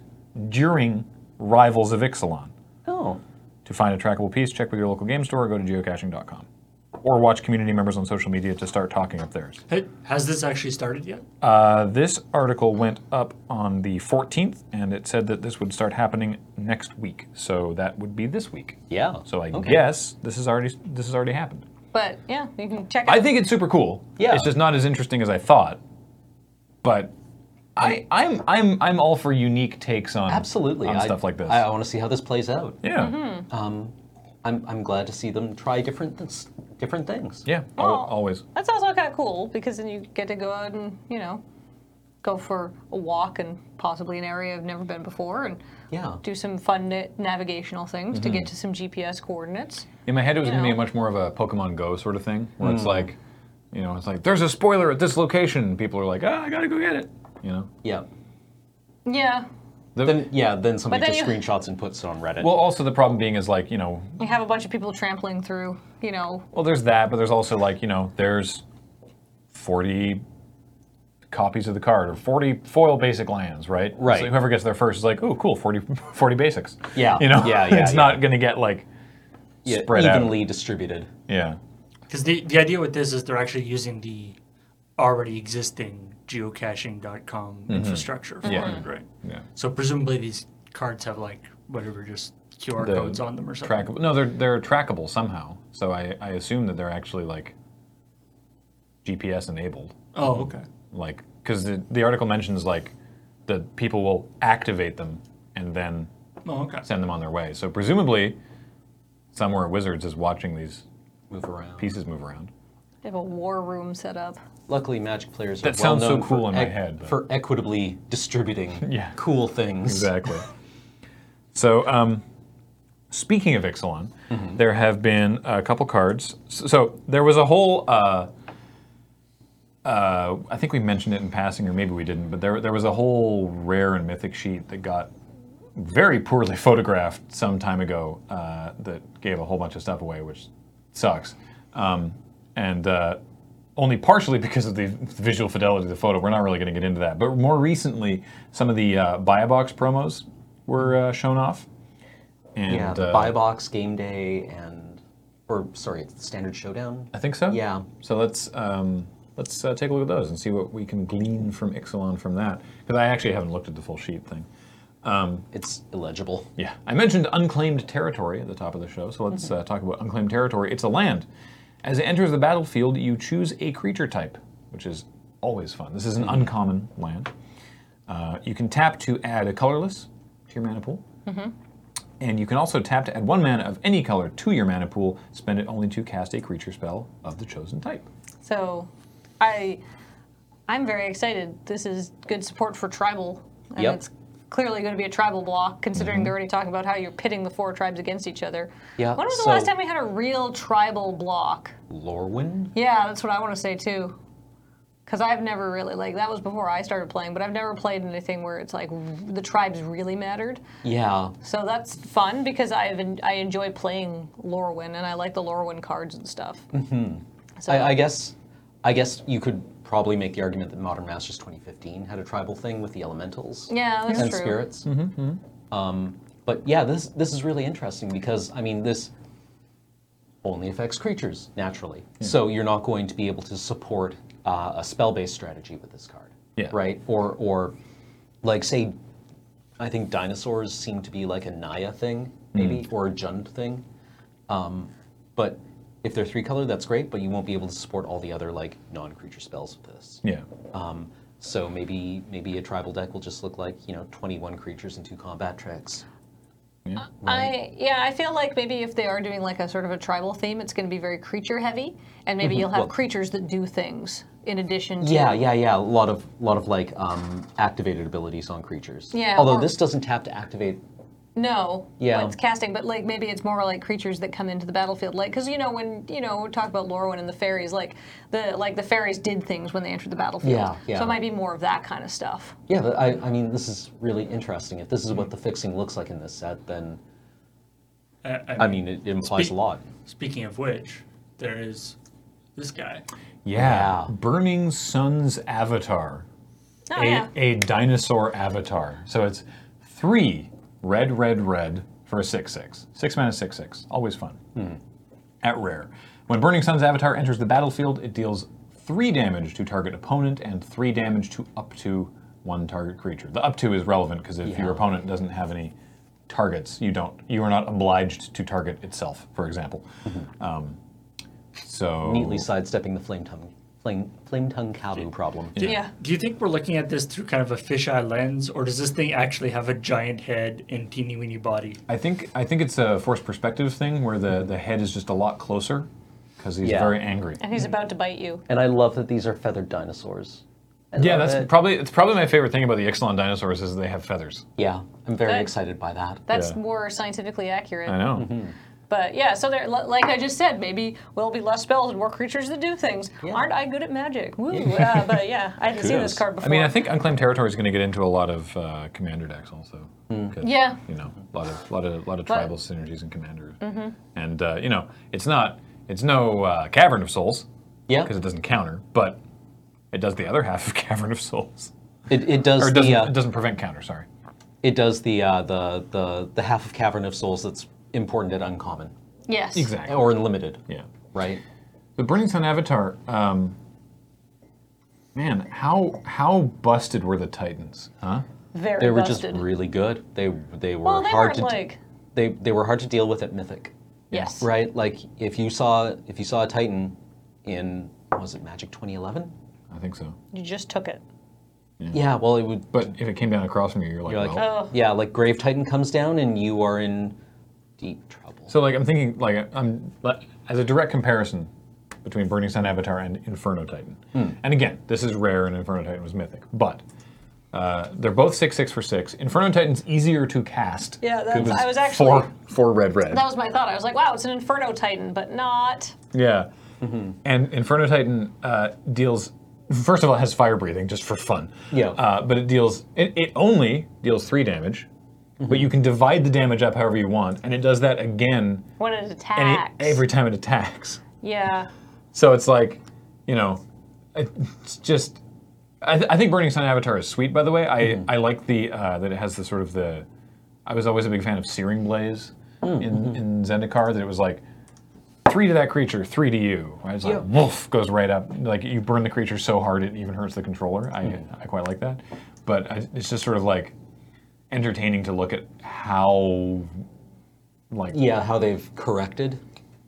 S1: during Rivals of Ixalan.
S3: Oh,
S1: To find a trackable piece, check with your local game store or go to geocaching.com. Or watch community members on social media to start talking up theirs.
S4: Hey, has this actually started yet?
S1: Uh, this article went up on the 14th, and it said that this would start happening next week. So that would be this week.
S3: yeah.
S1: So I
S3: Okay.
S1: guess this is already this has already happened.
S2: But yeah, you can check it
S1: I
S2: out.
S1: think it's super cool.
S3: Yeah.
S1: It's just not as interesting as I thought. But I, I'm I'm I'm all for unique takes on
S3: Absolutely.
S1: on
S3: I-
S1: stuff like this.
S3: I, want to see how this plays out.
S1: yeah.
S3: I'm, I'm glad to see them try different th- different things.
S1: Yeah. al-
S2: Well,
S1: always.
S2: That's also kind of cool because then you get to go out and, you know, go for a walk and possibly an area I've never been before and
S3: Yeah.
S2: do some fun na- navigational things to
S3: Mm-hmm.
S2: get to some GPS coordinates.
S1: In my head it was
S2: you
S1: gonna be
S2: know.
S1: much more of a Pokemon Go sort of thing where
S3: Hmm.
S1: it's like you know, it's like there's a spoiler at this location and people are like, Ah, I gotta go get it. You know?
S3: Yeah.
S2: Yeah,
S1: The-
S3: Then yeah, then somebody
S2: But then
S3: just
S2: you-
S3: screenshots and puts it on Reddit.
S1: well also the problem being is like, you know,
S2: you have a bunch of people trampling through, you know.
S1: Well, there's that, but there's also like you know, there's 40 copies of the card or 40 foil basic lands, right?
S3: Right.
S1: So whoever gets there first is like, oh, cool, [LAUGHS] 40, 40 basics.
S3: Yeah,
S1: You know,
S3: yeah, yeah,
S1: [LAUGHS] it's
S3: yeah.
S1: not going to get like
S3: yeah,
S1: spread out.
S3: evenly distributed.
S1: yeah.
S4: Because the, the idea with this is they're actually using the already existing geocaching.com infrastructure for
S1: Mm-hmm. Yeah.
S4: it, right?
S1: Yeah.
S4: So presumably these cards have like whatever, just QR
S1: The
S4: codes on them or something.
S1: Trackable. No, they're they're trackable somehow. So I, I assume that they're actually like GPS enabled,
S4: Oh, okay.
S1: like because the, the article mentions like the people will activate them and then
S4: Oh, okay.
S1: send them on their way. So presumably, somewhere at Wizards is watching these
S3: Move around.
S1: pieces move around.
S2: They have a war room set up.
S3: Luckily, Magic players are
S1: That sounds so
S3: well known
S1: cool
S3: for,
S1: in my head, but-
S3: for equitably
S1: [LAUGHS]
S3: distributing
S1: Yeah.
S3: cool things.
S1: Exactly. so, um, speaking of Ixalan, there have been a couple cards. So, so there was a whole. Uh, uh, I think we mentioned it in passing, or maybe we didn't, but there, there was a whole rare and mythic sheet that got very poorly photographed some time ago uh, that gave a whole bunch of stuff away, which sucks. Um, and uh, only partially [LAUGHS] because of the visual fidelity of the photo. We're not really going to get into that. But more recently, some of the uh, BioBox promos were uh, shown off. And,
S3: Yeah, the
S1: uh,
S3: buy box game day and or sorry, it's the standard showdown.
S1: I think so.
S3: Yeah.
S1: So let's um, let's uh, take a look at those and see what we can glean from Ixalan from that. Because I actually haven't looked at the full sheet thing.
S3: It's illegible.
S1: Yeah. I mentioned unclaimed territory at the top of the show, so
S3: Mm-hmm.
S1: let's uh, talk about unclaimed territory. It's a land. As it enters the battlefield, you choose a creature type, which is always fun. This is an
S3: Mm-hmm.
S1: uncommon
S3: Mm-hmm.
S1: land. Uh, you can tap to add a colorless to your mana pool. And you can also tap to add one mana of any color to your mana pool, spend it only to cast a creature spell of the chosen type.
S2: So, I, I'm very excited. This is good support for tribal, and
S3: Yep. Mm-hmm.
S2: it's clearly going to be a tribal block. Considering they're already talking about how you're pitting the four tribes against each other.
S3: Yeah,
S2: When was
S3: so-
S2: the last time we had a real tribal block?
S3: Lorwyn?
S2: Yeah, that's what I want to say too. Because I've never really like that was before I started playing, but I've never played anything where it's like r- the tribes really mattered.
S3: Yeah.
S2: So that's fun because I have en- I enjoy playing Lorwyn and I like the Lorwyn cards and
S3: [LAUGHS]
S2: stuff. Mm-hmm. So
S3: I, I guess I guess you could probably make the argument that Modern Masters 2015 had a tribal thing with the elementals
S2: yeah, that's
S3: and
S2: true.
S3: spirits. Um, but yeah, this this is really interesting because I mean this only affects creatures naturally, so you're not going to be able to support uh, a spell-based strategy with this card,
S1: Yeah.
S3: right? Or or like say, I think dinosaurs seem to be like a Naya thing maybe or a Jund thing. Um, But if they're three color, that's great, but you won't be able to support all the other like non-creature spells with this.
S1: Yeah.
S3: So maybe maybe a tribal deck will just look like, you know, 21 creatures and two combat tricks.
S2: I yeah, I feel like maybe if they are doing like a sort of a tribal theme, it's going to be very creature heavy, and maybe you'll have
S3: Mm-hmm. Well-
S2: creatures that do things in addition to
S3: Yeah, yeah, yeah. A lot of lot of like um, activated abilities on creatures.
S2: Yeah,
S3: Although
S2: or-
S3: this doesn't tap to activate.
S2: No.
S3: Yeah.
S2: It's casting, but like maybe it's more like creatures that come into the battlefield, like because you know when you know we talk about Lorwyn and the fairies, like the like the fairies did things when they entered the battlefield.
S3: Yeah, yeah.
S2: So it might be more of that kind of stuff.
S3: Yeah, but I, I mean, this is really interesting. If this is what the fixing looks like in this set, then I mean, it, it implies
S4: Speak-
S3: a lot.
S4: Speaking of which, there is this guy.
S1: Yeah.
S3: Yeah.
S1: Burning Sun's avatar.
S2: Oh
S1: a,
S2: yeah.
S1: a dinosaur avatar. So it's three red, red, red for a 6 6. 6 mana, 6 6. Always fun.
S3: Hmm.
S1: At rare. When Burning Sun's avatar enters the battlefield, it deals three damage to target opponent and three damage to up to one target creature. The up to is relevant because if your
S3: Yeah.
S1: opponent doesn't have any targets, you don't you are not obliged to target itself, for example. Um, so
S3: Mm-hmm. Neatly sidestepping the flame tongue flame flame tongue kabu problem.
S2: Yeah.
S4: Do you think we're looking at this through kind of a fisheye lens, or does this thing actually have a giant head and teeny weeny body?
S1: I think I think it's a forced perspective thing where the, the head is just a lot closer because he's
S3: Yeah.
S1: very angry.
S2: And he's about to bite you.
S3: And I love that these are feathered dinosaurs. I
S1: Yeah,
S3: love
S1: that's
S3: it.
S1: probably it's probably my favorite thing about the Ixalan dinosaurs is they have feathers.
S3: Yeah, I'm very
S2: That-
S3: excited by that.
S2: That's
S1: Yeah.
S2: more scientifically accurate.
S1: I know.
S2: But yeah, so there, li- like I just said, maybe we'll be less spells and more creatures that do things. Aren't I good at magic? Woo! Uh, but yeah, I hadn't seen this
S3: Kudos.
S2: card
S1: I
S2: before.
S1: mean, I think unclaimed territory is going to get into a lot of uh, commander decks also.
S3: Mm.
S1: 'cause,
S2: Yeah.
S1: You know, a lot of lot of lot of tribal synergies and commanders. And uh, you know, it's not it's no uh, Cavern of Souls
S3: Yeah,
S1: because it doesn't counter, but it does the other [LAUGHS] half of Cavern of Souls.
S3: it, it does
S1: Or it doesn't
S3: the uh,
S1: it doesn't prevent counter, sorry.
S3: it does the uh, the the the half of Cavern of Souls that's important at uncommon
S2: yes.
S1: Exactly.
S3: or unlimited.
S1: Yeah.
S3: Right.
S1: The Burning Sun Avatar, um, man, how how busted were the Titans, huh?
S2: Very
S3: They were
S2: busted.
S3: just really good. They they were
S2: well, they
S3: hard
S2: weren't
S3: to
S2: like
S3: they they were hard to deal with at Mythic.
S2: yes.
S3: Right. Like if you saw if you saw a Titan in was it Magic 2011?
S1: I think so.
S2: You just took it.
S3: Yeah. well, it would.
S1: But if it came down across from you, you're like,
S3: You're like,
S1: well.
S2: Oh.
S3: yeah, like Grave Titan comes down and you are in deep trouble.
S1: So like, I'm thinking like I'm like, as a direct comparison between Burning Sun Avatar and Inferno Titan. And again, this is rare, and Inferno Titan was mythic, but. Uh, they're both six six for six. Inferno Titan's easier to cast.
S2: Yeah,
S1: 'cause
S2: that's-
S1: it's
S2: I was actually-
S1: four four red red.
S2: That was my thought. I was like, wow, it's an Inferno Titan, but not.
S1: Yeah. And Inferno Titan uh, deals, first of all, it has fire breathing just for fun.
S3: Yeah.
S1: Uh, but it deals, it, it only deals three damage, but you can divide the damage up however you want, and it does that again
S2: When it
S1: any-
S2: attacks.
S1: every time it attacks.
S2: yeah.
S1: So it's like, you know, it- it's just. I, th- I think Burning Sun Avatar is sweet, by the way. I, I like the uh, that it has the sort of the. I was always a big fan of Searing Blaze in, in Zendikar. That it was like three to that creature, three to you. Right? It's like
S3: Yeah.
S1: woof goes right up. Like you burn the creature so hard it even hurts the controller. I I quite like that, but I, it's just sort of like entertaining to look at how like
S3: yeah, how they've corrected.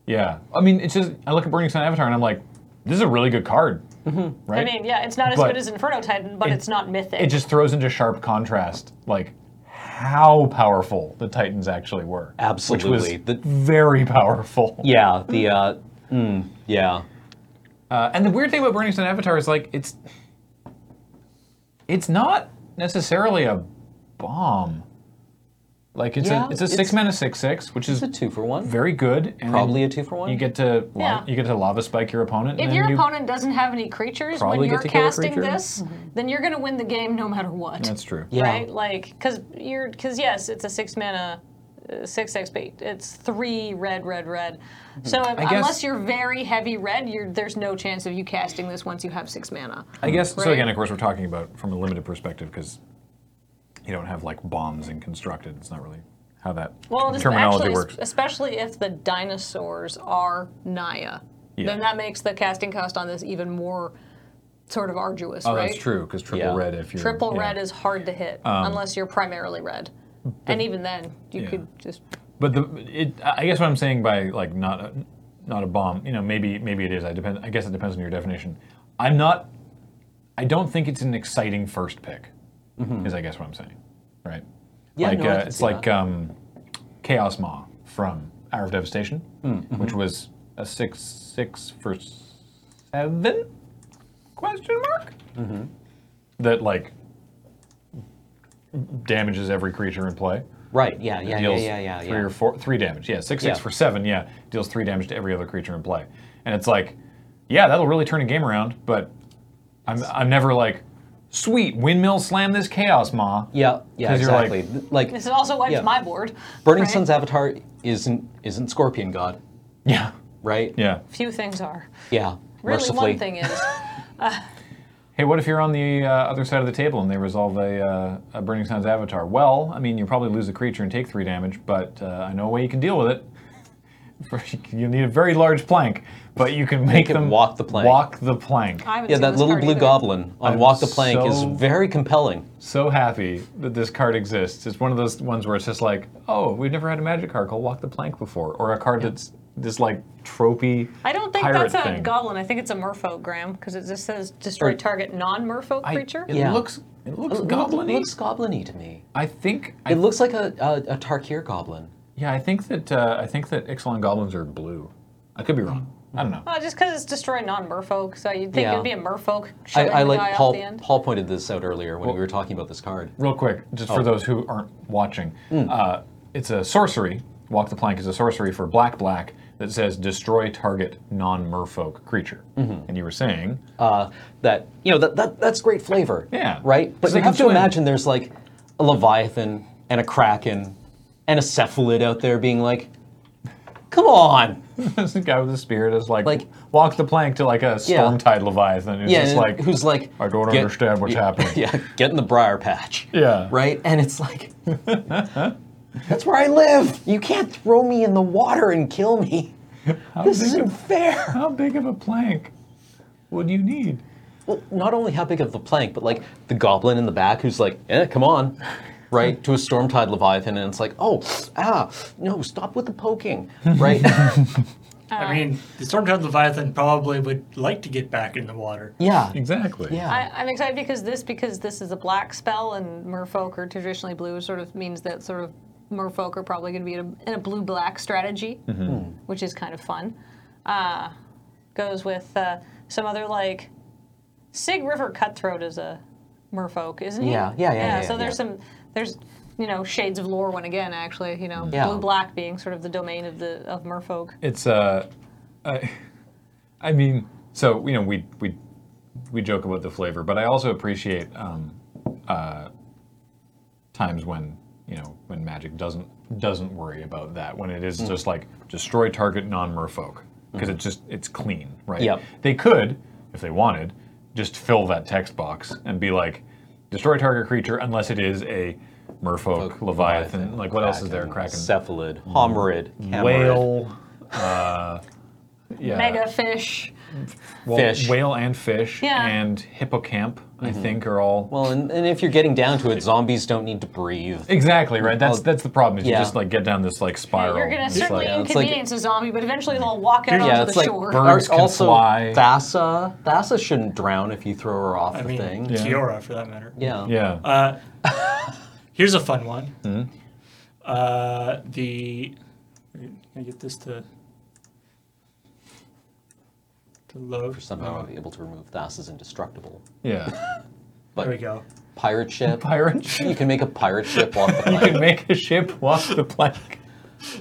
S1: yeah. I mean, it's just I look at Burning Sun Avatar and I'm like, this is a really good card, right?
S2: Mm-hmm. I mean, yeah, it's not as
S1: But
S2: good as Inferno Titan, but
S1: it-
S2: it's not mythic.
S1: it just throws into sharp contrast like how powerful the Titans actually were.
S3: Absolutely.
S1: Which was
S3: The-
S1: very powerful.
S3: [LAUGHS] Yeah, the uh, mm, yeah,
S1: Uh, and the weird thing about Burning Stone Avatar is like it's it's not necessarily a bomb. Like it's
S3: Yeah,
S1: a it's a
S3: it's-
S1: six mana six six, which is
S3: it's a two for one.
S1: very good. And then
S3: Probably a two for one.
S1: You get to la-
S2: Yeah.
S1: you get to lava spike your opponent. and
S2: If
S1: then
S2: your
S1: you-
S2: opponent doesn't have any creatures when
S1: Probably get
S2: you're
S1: to kill a
S2: casting
S1: creature.
S2: this, then you're going to win the game no matter what.
S1: that's true.
S3: Yeah.
S2: Right? Like, because you're, because yes, it's a six mana, uh, six X, but it's three red, red, red. So if,
S1: Mm-hmm. I guess-
S2: unless you're very heavy red, you're, there's no chance of you casting this once you have six mana.
S1: I guess so.
S2: Right.
S1: Again, of course, we're talking about from a limited perspective because you don't have like bombs and constructed. It's not really how that
S2: Well, this
S1: terminology
S2: actually,
S1: works.
S2: especially if the dinosaurs are Naya,
S1: Yeah.
S2: then that makes the casting cost on this even more sort of arduous,
S1: Oh,
S2: right?
S1: that's true because triple
S3: Yeah.
S1: red. If you
S2: Triple red is hard to hit unless you're primarily red, and even then you
S1: Yeah.
S2: could just
S1: But the it, I guess what I'm saying by like not a, not a bomb, you know, maybe maybe it is. I depend. I guess it depends on your definition. I'm not. I don't think it's an exciting first pick. Is I guess what I'm saying, right?
S3: Mm-hmm. Yeah,
S1: like
S3: no, I
S1: uh,
S3: can
S1: it's
S3: see
S1: like
S3: that.
S1: um, Chaos Maw from Hour of Devastation,
S3: Hmm, mm-hmm.
S1: which was a six six for seven question mark
S3: Mm-hmm.
S1: that like damages every creature in play
S3: right. Yeah, yeah, yeah,
S1: deals
S3: yeah, yeah,
S1: three
S3: yeah.
S1: or four, three damage. Yeah, six six
S3: Yeah.
S1: for seven. Yeah, deals three damage to every other creature in play. And it's like, yeah, that'll really turn a game around. But I'm I'm never like, sweet windmill slam this chaos ma.
S3: yeah, yeah,
S1: 'Cause you're like-
S3: exactly. Like,
S2: this also wipes
S3: Yeah.
S2: my board.
S3: Burning
S2: right?
S3: Sun's avatar isn't isn't Scorpion God,
S1: yeah,
S3: right?
S1: yeah.
S2: Few things are
S3: Yeah,
S2: really
S3: mercifully.
S2: one thing is
S3: [LAUGHS]
S1: Hey, what if you're on the uh, other side of the table and they resolve a, uh, a Burning Suns avatar? Well, I mean, you'll probably lose a creature and take three damage, but uh, I know a way you can deal with it. [LAUGHS] you need a very large plank, but you can make
S3: it
S1: them
S3: walk the plank.
S1: Walk the plank.
S2: I haven't
S3: Yeah,
S2: seen
S3: that
S2: this
S3: little
S2: card
S3: blue
S2: either.
S3: goblin on
S1: I'm
S3: Walk the Plank is
S1: so-
S3: very compelling.
S1: so happy that this card exists. It's one of those ones where it's just like, oh, we've never had a magic card called Walk the Plank before, or a card that's this like tropey.
S2: I don't think
S1: pirate
S2: that's a
S1: thing.
S2: goblin. I think it's a merfolk, Graham, because it just says destroy
S3: Or-
S2: target non-merfolk
S1: I-
S2: creature.
S1: It
S3: Yeah.
S1: looks it looks
S3: It
S1: goblin
S3: looks goblin-y to me.
S1: I think I,
S3: It looks like a, a, a Tarkir goblin.
S1: yeah, I think that uh, I think that Ixalan goblins are blue. I could be wrong. I don't know.
S2: Well, just because it's destroy non-merfolk, so you'd think
S3: Yeah.
S2: it'd be a merfolk
S3: I,
S2: shooting
S3: I
S2: the
S3: like
S2: guy
S3: Paul.
S2: off the end.
S3: Paul pointed this out earlier when we were talking about this card.
S1: Real quick, just
S3: Oh.
S1: for those who aren't watching,
S3: Hmm.
S1: uh, it's a sorcery. Walk the Plank is a sorcery for black black that says destroy target non-merfolk creature.
S3: Mm-hmm.
S1: And you were saying
S3: Uh, that you know that, that that's great flavor.
S1: Yeah.
S3: Right. But
S1: So they
S3: you
S1: can
S3: have to
S1: swim.
S3: imagine there's like a leviathan and a kraken and a cephalid out there being like, "Come on."
S1: This guy with the spirit is like,
S3: Like-
S1: walk the plank to like a storm tide leviathan who's
S3: Yeah.
S1: just
S3: and
S1: like
S3: who's like?
S1: I don't
S3: "Get-
S1: understand what's
S3: yeah,
S1: happening.
S3: [LAUGHS] Yeah. Get in the briar patch.
S1: [LAUGHS] Yeah.
S3: Right. And it's like. [LAUGHS] That's where I live. You can't throw me in the water and kill me. This
S1: big
S3: isn't
S1: of-
S3: fair.
S1: How big of a plank would you need?
S3: Well, not only how big of the plank, but like the goblin in the back who's like, eh, come on, right? to a storm tide leviathan, and it's like, oh, ah, no, stop with
S1: [LAUGHS]
S3: the poking, right?
S4: I mean, the Stormtide Leviathan probably would like to get back in the water.
S3: yeah,
S1: Exactly.
S3: yeah,
S2: I, I'm excited because this because this is a black spell and merfolk are traditionally blue sort of means that sort of merfolk are probably going to be in a, in a blue black strategy, which is kind of fun. Uh, goes with uh, some other like Sig River Cutthroat is a merfolk, isn't he?
S3: Yeah, yeah, yeah, yeah,
S2: so
S3: yeah,
S2: there's
S3: yeah.
S2: some there's you know shades of lore one again actually you know
S3: Yeah.
S2: blue black being sort of the domain of the of merfolk.
S1: It's uh, I, [LAUGHS] I mean, so you know, we we we joke about the flavor, but I also appreciate um, uh, times when you know when magic doesn't doesn't worry about that when it is just like destroy target non-merfolk because it's just it's clean, right?
S3: Yep.
S1: They could, if they wanted, just fill that text box and be like, destroy target creature unless it is a merfolk, leviathan, like what else is there? Kraken, Mm.
S3: cephalid, homerid, camerid,
S1: whale. Uh, yeah.
S2: Mega fish.
S1: Well,
S3: Fish. Mm-hmm.
S1: Whale and fish
S2: Yeah.
S1: and hippocamp, I think, are all.
S3: Well, and, and if you're getting down to it, zombies don't need to breathe.
S1: exactly, right? That's
S3: Well,
S1: that's the problem, is you
S3: yeah.
S1: just like get down this like spiral.
S2: You're gonna
S1: It's like-
S2: certainly
S3: yeah, it's like-
S2: inconvenience a zombie, but eventually they'll walk out onto
S3: Yeah, it's
S2: the
S3: like
S2: shore.
S1: bird- Birds
S3: Or
S1: can
S3: also
S1: fly.
S3: Thassa. Thassa shouldn't drown if you throw her off
S4: I
S3: the
S4: mean,
S3: thing.
S1: Yeah.
S4: Kiora, for that matter.
S3: Yeah.
S1: yeah.
S4: Uh, Here's a fun one.
S3: Hmm?
S4: Uh, the can I get this to to load?
S3: Somehow I'll be able to remove that as indestructible.
S1: Yeah. [LAUGHS]
S3: But
S4: There we go.
S3: pirate
S4: [LAUGHS]
S3: ship.
S1: Pirate ship.
S3: You can make a pirate ship walk the
S1: You
S3: planet.
S1: can make a ship walk the plank.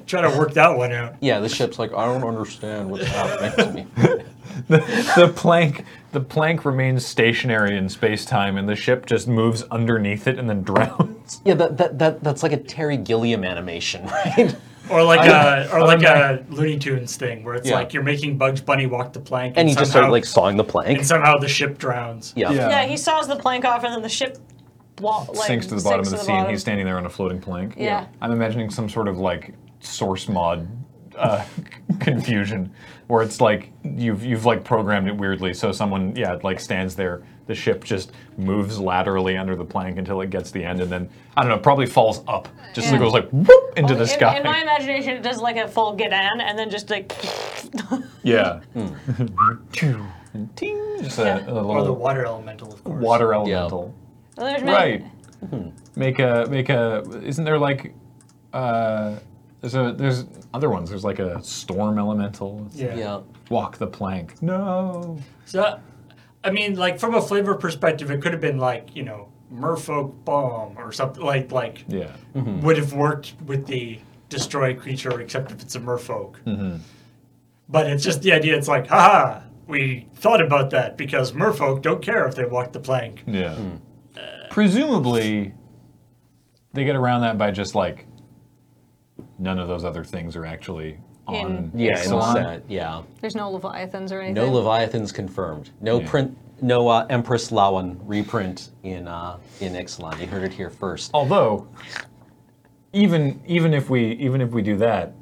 S4: Try to work that one out.
S3: Yeah, the ship's like, I don't understand
S4: [LAUGHS]
S3: what's happening to me.
S1: The plank the plank remains stationary in space time and the ship just moves underneath it and then [LAUGHS] drowns.
S3: Yeah, that, that, that that's like a Terry Gilliam animation, [LAUGHS] right?
S4: Or like
S1: I-
S4: a or like a Looney Tunes thing where it's
S3: Yeah.
S4: like you're making Bugs Bunny walk the plank,
S3: And you just
S4: somehow-
S3: start like sawing the
S4: and
S3: plank.
S4: somehow the ship drowns.
S3: Yeah.
S1: Yeah.
S2: Yeah, he saws the plank off, and then the ship wa- like,
S1: sinks to the bottom of
S2: sinks
S1: the
S2: to
S1: sea and
S2: bottom.
S1: he's standing there on a floating plank.
S2: Yeah.
S1: I'm imagining some sort of like source mod uh, [LAUGHS] confusion where it's like you've you've like programmed it weirdly so someone yeah it, like stands there the ship just moves laterally under the plank until it gets the end and then I don't know probably falls up just as it
S2: Yeah. Oh,
S1: goes like whoop into the
S2: in,
S1: sky.
S2: in my imagination, it does like a full get in, and then just like
S1: yeah. [LAUGHS] and ting, just a, a
S4: Or the
S1: little
S4: water elemental, of course.
S1: water elemental.
S2: there's
S1: Right. Make a make a. Isn't there like, uh, there's a there's other ones. There's like a storm elemental. It's
S4: Yeah.
S3: Yeah.
S1: Walk the plank. No.
S4: So, I mean, like from a flavor perspective, it could have been like you know Merfolk Bomb or something like like
S1: Yeah.
S3: Hmm.
S4: would have worked with the destroy creature, except if it's a Merfolk. But it's just the idea. It's like, haha, we thought about that because Merfolk don't care if they walk the plank.
S1: Yeah.
S3: Hmm.
S1: Presumably, they get around that by just like. None of those other things are actually on.
S2: In-
S3: Yeah,
S1: Exxon.
S3: in the Senate, yeah.
S2: There's no leviathans or anything.
S3: No Leviathans confirmed. No
S1: Yeah.
S3: print no uh, Empress Lawan reprint in uh, in Ixalan. You heard it here first.
S1: Although, even even if we even if we do that,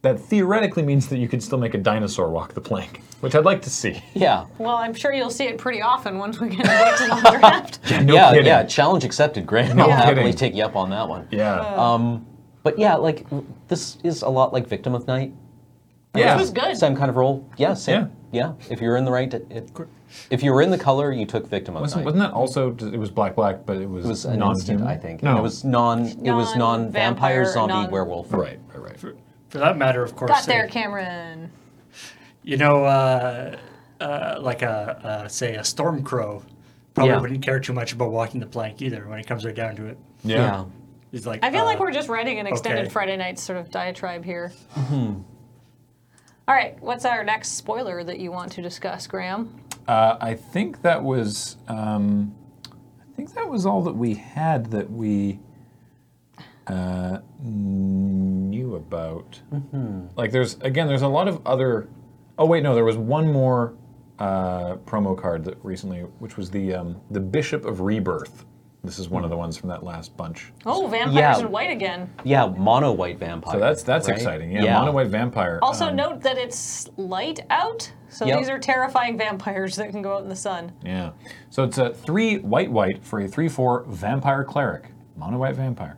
S1: that theoretically means that you could still make a dinosaur walk the plank, which I'd like to see.
S3: Yeah.
S2: Well, I'm sure you'll see it pretty often once we get back to the [LAUGHS] draft.
S1: No
S3: yeah,
S1: kidding.
S3: yeah, challenge accepted, Grant.
S1: No
S3: I'll happily
S1: kidding.
S3: take you up on that one.
S1: Yeah.
S3: But yeah, like this is a lot like Victim of Night.
S1: yeah.
S2: This was good.
S3: Same kind of role. Yeah, same. Yeah. If you're in the right it, if you were in the color, you took Victim of
S1: Wasn't,
S3: Night.
S1: wasn't that also? It was black, black, but it was,
S3: it was an
S1: non
S3: instant, I think.
S1: No,
S3: It was non it was non
S2: Non-vampire,
S3: vampire zombie
S2: non-
S3: werewolf.
S1: right, right, right.
S4: For, for that matter, of course.
S2: Got there,
S4: it-
S2: Cameron.
S4: you know, uh, uh, like a, uh, say a storm crow probably
S3: Yeah.
S4: wouldn't care too much about walking the plank either when it comes right down to it.
S3: Yeah.
S4: He's like,
S2: I feel
S4: uh,
S2: like we're just writing an extended
S4: okay.
S2: Friday night sort of diatribe here.
S1: Mm-hmm.
S2: All right, what's our next spoiler that you want to discuss, Graham?
S1: Uh, I think that was. Um, I think that was all that we had that we uh, knew about.
S3: Mm-hmm.
S1: Like, there's again, there's a lot of other. Oh wait, no, there was one more uh, promo card that recently, which was the um, the Bishop of Rebirth. This is one
S3: Hmm.
S1: of the ones from that last bunch.
S2: Oh, vampires
S3: Yeah.
S2: in white again.
S3: Yeah, mono white vampire.
S1: So that's that's
S3: right?
S1: exciting. Yeah, mono white vampire.
S2: Also,
S1: um,
S2: note that it's light out, so
S3: Yep.
S2: these are terrifying vampires that can go out in the sun.
S1: Yeah. So it's a three white white for a three four vampire cleric, mono white vampire,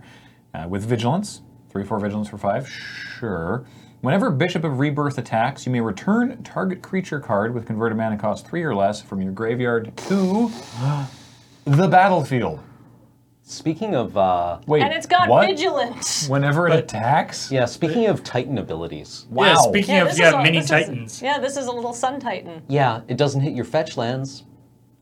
S1: uh, with vigilance, three four vigilance for five. Sure. Whenever Bishop of Rebirth attacks, you may return target creature card with converted mana cost three or less from your graveyard to [GASPS] the battlefield.
S3: Speaking of uh
S1: Wait.
S2: And it's got
S1: what? [LAUGHS]
S2: vigilance.
S1: Whenever it attacks.
S3: yeah, speaking of Titan abilities.
S1: Wow.
S4: Yeah, speaking of
S2: this is
S4: yeah,
S2: a-
S4: mini
S2: this is-
S4: titans.
S2: yeah, this is a little sun titan.
S3: Yeah, it doesn't hit your fetch lands.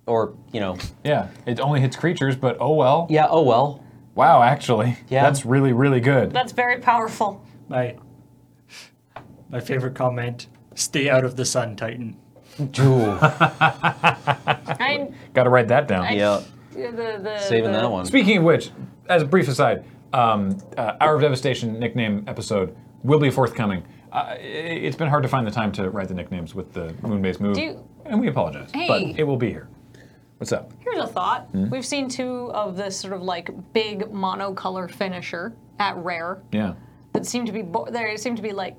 S3: Or, you know,
S1: Yeah, It only hits creatures, but oh well.
S3: yeah, oh well.
S1: Wow. Actually.
S3: Yeah.
S1: That's really really good.
S2: That's
S1: [LAUGHS]
S2: very powerful.
S4: My my favorite comment: "Stay out of the sun, Titan."
S2: I,
S1: Got to write that down.
S3: yeah.
S2: the, the,
S3: Saving
S2: the-
S3: that one.
S1: Speaking of which, as a brief aside, um, uh, Hour of Devastation nickname episode will be forthcoming. Uh, i- it's been hard to find the time to write the nicknames with the Moonbase move,
S2: Do you-
S1: and we apologize,
S2: Hey.
S1: but it will be here. What's up?
S2: Here's a thought.
S3: Hmm?
S2: We've seen two of this sort of like big monocolor finisher at rare
S1: Yeah,
S2: that seem to be bo- there seem to be like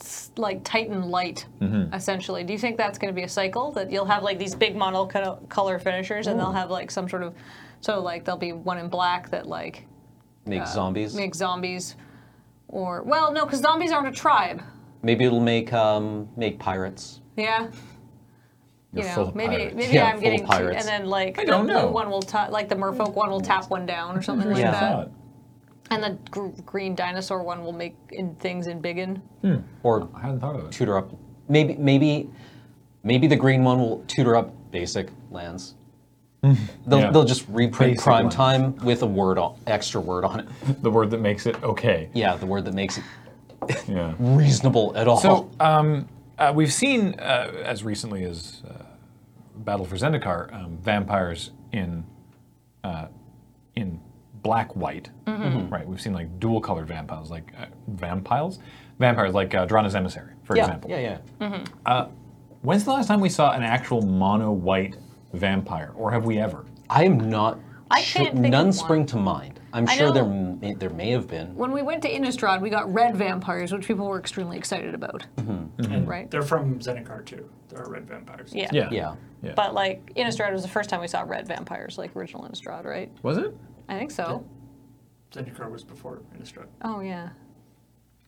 S2: s- like Titan light essentially. Do you think that's going to be a cycle that you'll have like these big monocolor finishers and they'll have like some sort of so like there'll be one in black that like
S3: Make zombies.
S2: make zombies or well no because zombies aren't a tribe.
S3: Maybe it'll make um make pirates.
S2: Yeah. You
S1: You're
S2: know,
S1: full of
S2: maybe
S1: pirates.
S2: maybe
S3: Yeah,
S2: I'm
S3: full
S2: getting
S3: of
S2: too-
S3: pirates.
S2: and then like
S1: I don't
S2: the,
S1: know.
S2: one will ta- like the merfolk one will tap one down or something like
S3: Yeah.
S2: that,
S1: Thought.
S2: and the gr- green dinosaur one will make in things in biggin.
S3: Or
S1: I hadn't thought of it.
S3: tutor up. Maybe maybe maybe the green one will tutor up basic
S1: [LAUGHS]
S3: lands. They'll,
S1: Yeah.
S3: they'll just reprint
S1: Basic
S3: prime
S1: lands.
S3: time with a word on, extra word on it.
S1: The word that makes it okay.
S3: Yeah, the word that makes it
S1: Yeah.
S3: reasonable at all.
S1: So um, uh, we've seen uh, as recently as uh, Battle for Zendikar um, vampires in uh, in black white,
S3: Mm-hmm.
S1: right? We've seen like dual colored vampires, like uh, vampires, vampires like uh, Drana's emissary, for
S3: yeah,
S1: example.
S3: yeah, yeah.
S1: When's the last time we saw an actual mono white vampire, or have we ever?
S3: I am not.
S2: I
S3: sure,
S2: can't think of
S3: none
S2: one.
S3: spring to mind. I'm
S2: I
S3: sure there
S2: know-
S3: may, there may have been.
S2: When we went to Innistrad, we got red vampires, which people were extremely excited about,
S1: Mm-hmm.
S2: right?
S4: They're from Zendikar too. They're red vampires.
S2: Yeah.
S3: Yeah.
S1: Yeah.
S2: But like Innistrad was the first time we saw red vampires, like original Innistrad, right?
S1: Was it?
S2: I think so.
S4: Zendikar was before Innistrad.
S2: Oh yeah.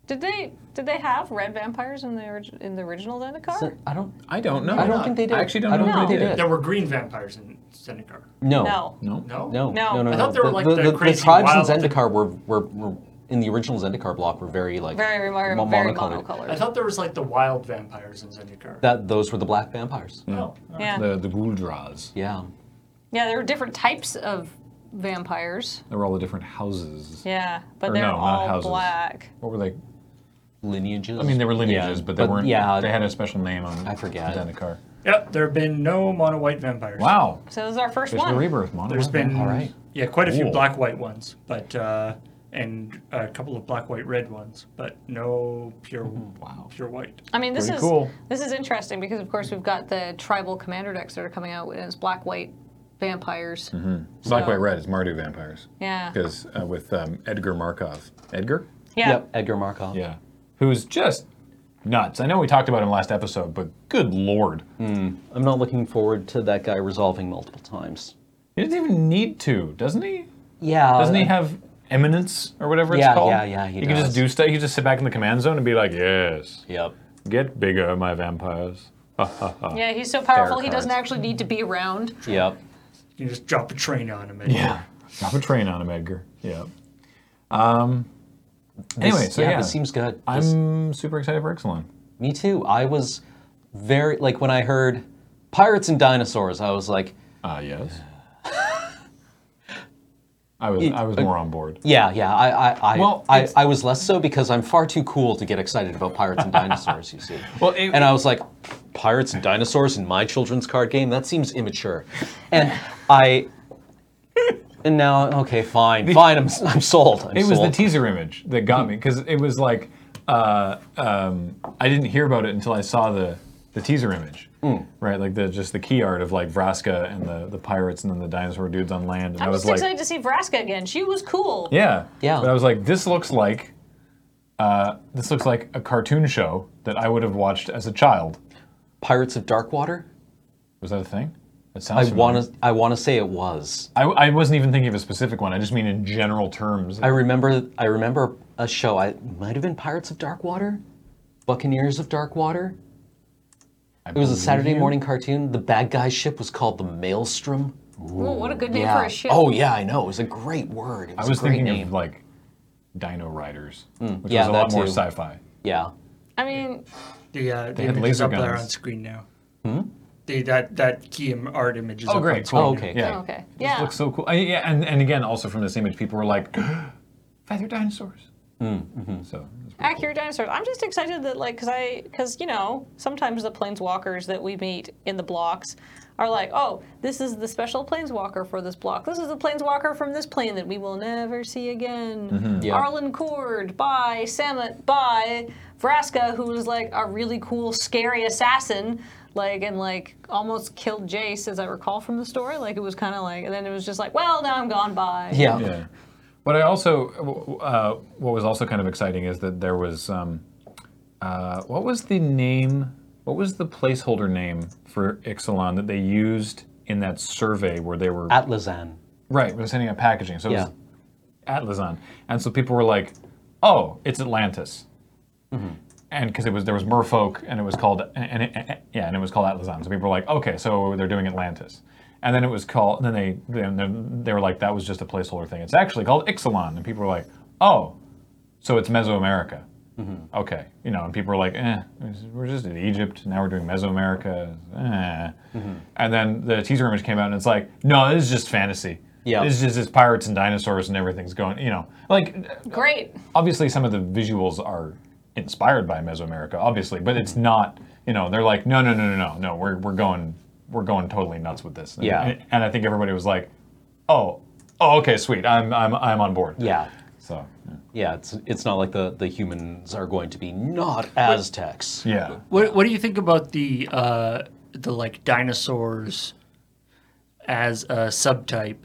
S2: Did they did they have red vampires in the orig- in the original Zendikar?
S3: So, I don't.
S1: I don't know.
S3: I don't think they did.
S1: I actually don't
S3: I
S1: know
S3: don't
S1: if
S2: think
S1: they
S2: they
S1: did.
S3: did.
S4: There were green vampires in Zendikar.
S3: No.
S2: no.
S1: No.
S4: No.
S3: No.
S2: No.
S3: No. No.
S2: I
S4: thought they were like the crazy
S3: tribes
S4: wild-
S3: in Zendikar were, were were in the original Zendikar block were very like
S2: Very remar-
S3: mo-
S2: very
S3: monocolored.
S2: monocolored.
S4: I thought there was like the wild vampires in Zendikar.
S3: That those were the black vampires.
S4: no.
S2: yeah.
S1: The the Guldras.
S3: Yeah.
S2: yeah, there were different types of vampires.
S1: They were all the different houses.
S2: Yeah, but
S1: Or
S2: they're
S1: no, not
S2: all
S1: houses.
S2: black.
S1: What were they?
S3: Lineages.
S1: I mean, they were lineages,
S3: Yeah,
S1: but they weren't.
S3: Yeah.
S1: they had a special name on.
S3: I forget.
S1: Zendikar.
S4: Yep, there have been no mono white vampires.
S1: Wow.
S2: So this is our first
S1: There's
S2: one.
S1: the rebirth model.
S4: There's
S1: okay.
S4: been
S3: All right.
S4: yeah, quite a few
S1: Cool.
S4: black white ones, but uh, and a couple of black white red ones, but no pure
S1: Mm-hmm. Wow.
S4: pure white.
S2: I mean, this
S1: Pretty
S2: is
S1: cool.
S2: this is interesting because, of course, we've got the tribal commander decks that are coming out as black white vampires.
S1: Mm-hmm. Black,
S2: So-
S1: White, Red is Mardu vampires.
S2: Yeah.
S1: Because uh, with um, Edgar Markov. Edgar?
S2: Yeah.
S3: Yep. Edgar Markov.
S1: Yeah. Who's just nuts. I know we talked about him last episode, but good lord.
S3: I'm not looking forward to that guy resolving multiple times.
S1: He doesn't even need to, doesn't he?
S3: Yeah.
S1: Doesn't he have eminence or whatever it's
S3: Uh, Yeah,
S1: called?
S3: yeah, yeah, he
S1: He can
S3: does.
S1: just do stuff. He can just sit back in the command zone and be like, yes,
S3: Yep.
S1: get bigger, my vampires.
S2: Yeah, he's so powerful he doesn't
S3: cards.
S2: actually need to be around.
S3: Yep.
S4: You can just drop a train on them. and-
S1: Drop a train on him, Edgar. Yeah. Um, anyway,
S3: This-
S1: so yeah.
S3: this seems good. This-
S1: I'm super excited for Exelon.
S3: Me too. I was very like when I heard pirates and dinosaurs, I was like,
S1: Uh,
S3: [LAUGHS]
S1: yes. I was
S3: It-
S1: I was more on board.
S3: yeah, yeah. I I I,
S1: Well,
S3: I,
S1: it's-
S3: I was less so because I'm far too cool to get excited about pirates and dinosaurs. you see.
S1: [LAUGHS] Well, it-
S3: and I was like, pirates and dinosaurs in my children's card game. That seems immature. And I. And now, okay, fine, fine. I'm, I'm sold. I'm
S1: It was the
S3: sold.
S1: teaser image that got me because it was like uh, um, I didn't hear about it until I saw the the teaser image,
S3: Mm.
S1: right? Like the just the key art of like Vraska and the the pirates and then the dinosaur dudes on land, and I
S2: I'm
S1: was
S2: just
S1: like,
S2: excited to see Vraska again. She was cool.
S1: yeah,
S3: Yeah.
S1: But I was like, this looks like uh, this looks like a cartoon show that I would have watched as a child.
S3: Pirates of Darkwater.
S1: Was that a thing? That
S3: I
S1: sounds.
S3: want
S1: familiar.
S3: to. I want to say it was.
S1: I, I wasn't even thinking of a specific one. I just mean in general terms.
S3: I remember I remember a show. I might have been Pirates of Darkwater, Buccaneers of Darkwater. It was a Saturday morning cartoon. The bad guy ship was called the Maelstrom.
S2: Ooh, what a good name for a ship.
S3: Oh yeah, I know. It was a great word. It was
S1: I was
S3: a great
S1: thinking
S3: name. Hmm.
S1: of like Dino Riders, which
S3: yeah,
S1: was a lot
S3: that
S1: more
S3: too.
S1: sci-fi.
S3: yeah.
S2: I mean,
S4: The uh, the
S1: had
S4: image is
S1: laser
S4: up there
S1: guns. Hmm?
S4: on screen now. The that that key im- art image is.
S1: Oh,
S4: up
S1: great,
S4: On screen
S1: cool.
S3: okay.
S4: now.
S1: Yeah.
S2: oh, okay.
S1: This
S2: Yeah.
S1: looks so cool. I, yeah, and, and again, also from this image, people were like, [GASPS] feather dinosaurs.
S3: Hmm.
S1: So that's pretty
S2: Accurate dinosaurs. I'm just excited that like, cause I, cause you know, sometimes the planeswalkers that we meet in the blocks are like, oh, this is the special planeswalker for this block. This is the planeswalker from this plane that we will never see again.
S3: Mm-hmm. Yeah.
S2: Arlen Cord, by Samet, by Vraska, who was like a really cool, scary assassin. Like and like almost killed Jace, as I recall from the story. Like it was kind of like, and then it was just like, well, now I'm gone. Bye.
S3: Yeah.
S1: cool. Yeah. [LAUGHS] But I also, w- uh, what was also kind of exciting is that there was, um, uh, what was the name, what was the placeholder name for Ixalan that they used in that survey where they were,
S3: Atlazan.
S1: right, we were sending out packaging. So it
S3: Yeah.
S1: was Atlazan. And so people were like, oh, it's Atlantis. and because it was there was Merfolk, and it was called and, and it, yeah, and it was called Atlazan. So people were like, okay, so they're doing Atlantis, and then it was called. And then they then they were like, that was just a placeholder thing. It's actually called Ixalan, and people were like, oh, so it's Mesoamerica. Okay, you know, and people were like, eh, we're just in Egypt. Now we're doing Mesoamerica. Eh. And then the teaser image came out, and it's like, no, this is just fantasy.
S3: Yeah.
S1: this is just it's pirates and dinosaurs and everything's going. You know, like
S2: Great.
S1: obviously some of the visuals are inspired by Mesoamerica, obviously, but it's not. You know, they're like, no, no, no, no, no, no. We're we're going we're going totally nuts with this.
S3: Yeah.
S1: and, and I think everybody was like, oh, oh, okay, sweet. I'm I'm I'm on board.
S3: Yeah.
S1: So
S3: Yeah, it's it's not like the, the humans are going to be not Aztecs.
S1: yeah,
S5: What What do you think about the uh, the like dinosaurs as a subtype?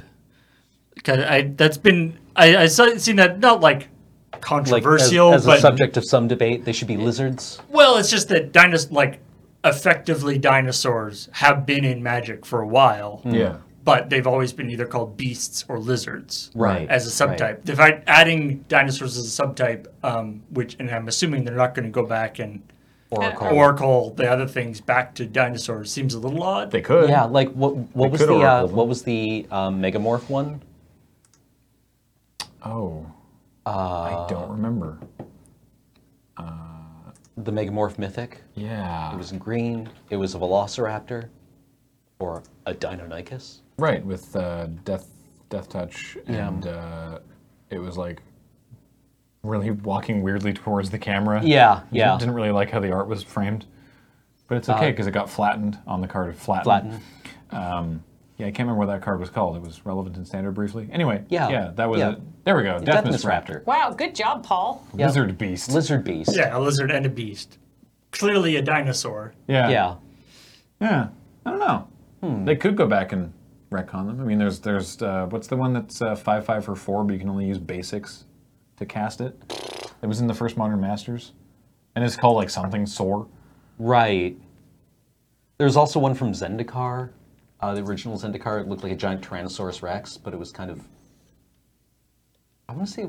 S5: 'Cause I that's been I I saw, seen that not like
S3: Like as,
S4: controversial,
S3: as a
S4: but
S3: subject of some debate, they should be lizards.
S5: well,
S4: well, it's just that dinosaurs, like effectively dinosaurs, have been in Magic for a while,
S3: Mm.
S1: yeah.
S4: but they've always been either called beasts or lizards,
S3: Right,
S4: As a subtype,
S3: right.
S4: the fact adding dinosaurs as a subtype, um, which and I'm assuming they're not going to go back and
S2: Uh,
S3: Oracle.
S4: Oracle the other things back to dinosaurs seems a little odd.
S1: They could.
S3: yeah, like what what was
S1: could
S3: the uh,
S1: Oracle them.
S3: what was the um, megamorph one?
S1: Oh.
S3: Uh,
S1: I don't remember.
S3: The megamorph mythic.
S1: Yeah.
S3: It was in green. It was a velociraptor, or a deinonychus.
S1: right with uh, death, death touch, and uh, it was like really walking weirdly towards the camera.
S3: Yeah, yeah. Uh,
S1: Didn't really like how the art was framed, but it's okay because it got flattened on the card. It Flattened. Um,
S3: Flattened.
S1: Yeah, I can't remember what that card was called. It was relevant and standard briefly. Anyway.
S3: Yeah,
S1: Yeah, that was
S3: yeah.
S1: it. There we go. Deathness Raptor.
S2: Wow, good job, Paul.
S3: Yeah.
S1: Lizard beast.
S3: Lizard beast.
S4: Yeah, a lizard and a beast. Clearly a dinosaur.
S1: yeah.
S3: Yeah.
S1: Yeah, I don't know. They could go back and retcon them. I mean, there's there's uh, what's the one that's uh, five five for four, but you can only use basics to cast it. It was in the first Modern Masters, and it's called like something sore.
S3: Right. There's also one from Zendikar. Uh, the original Zendikar it looked like a giant Tyrannosaurus Rex, but it was kind of. I want to say,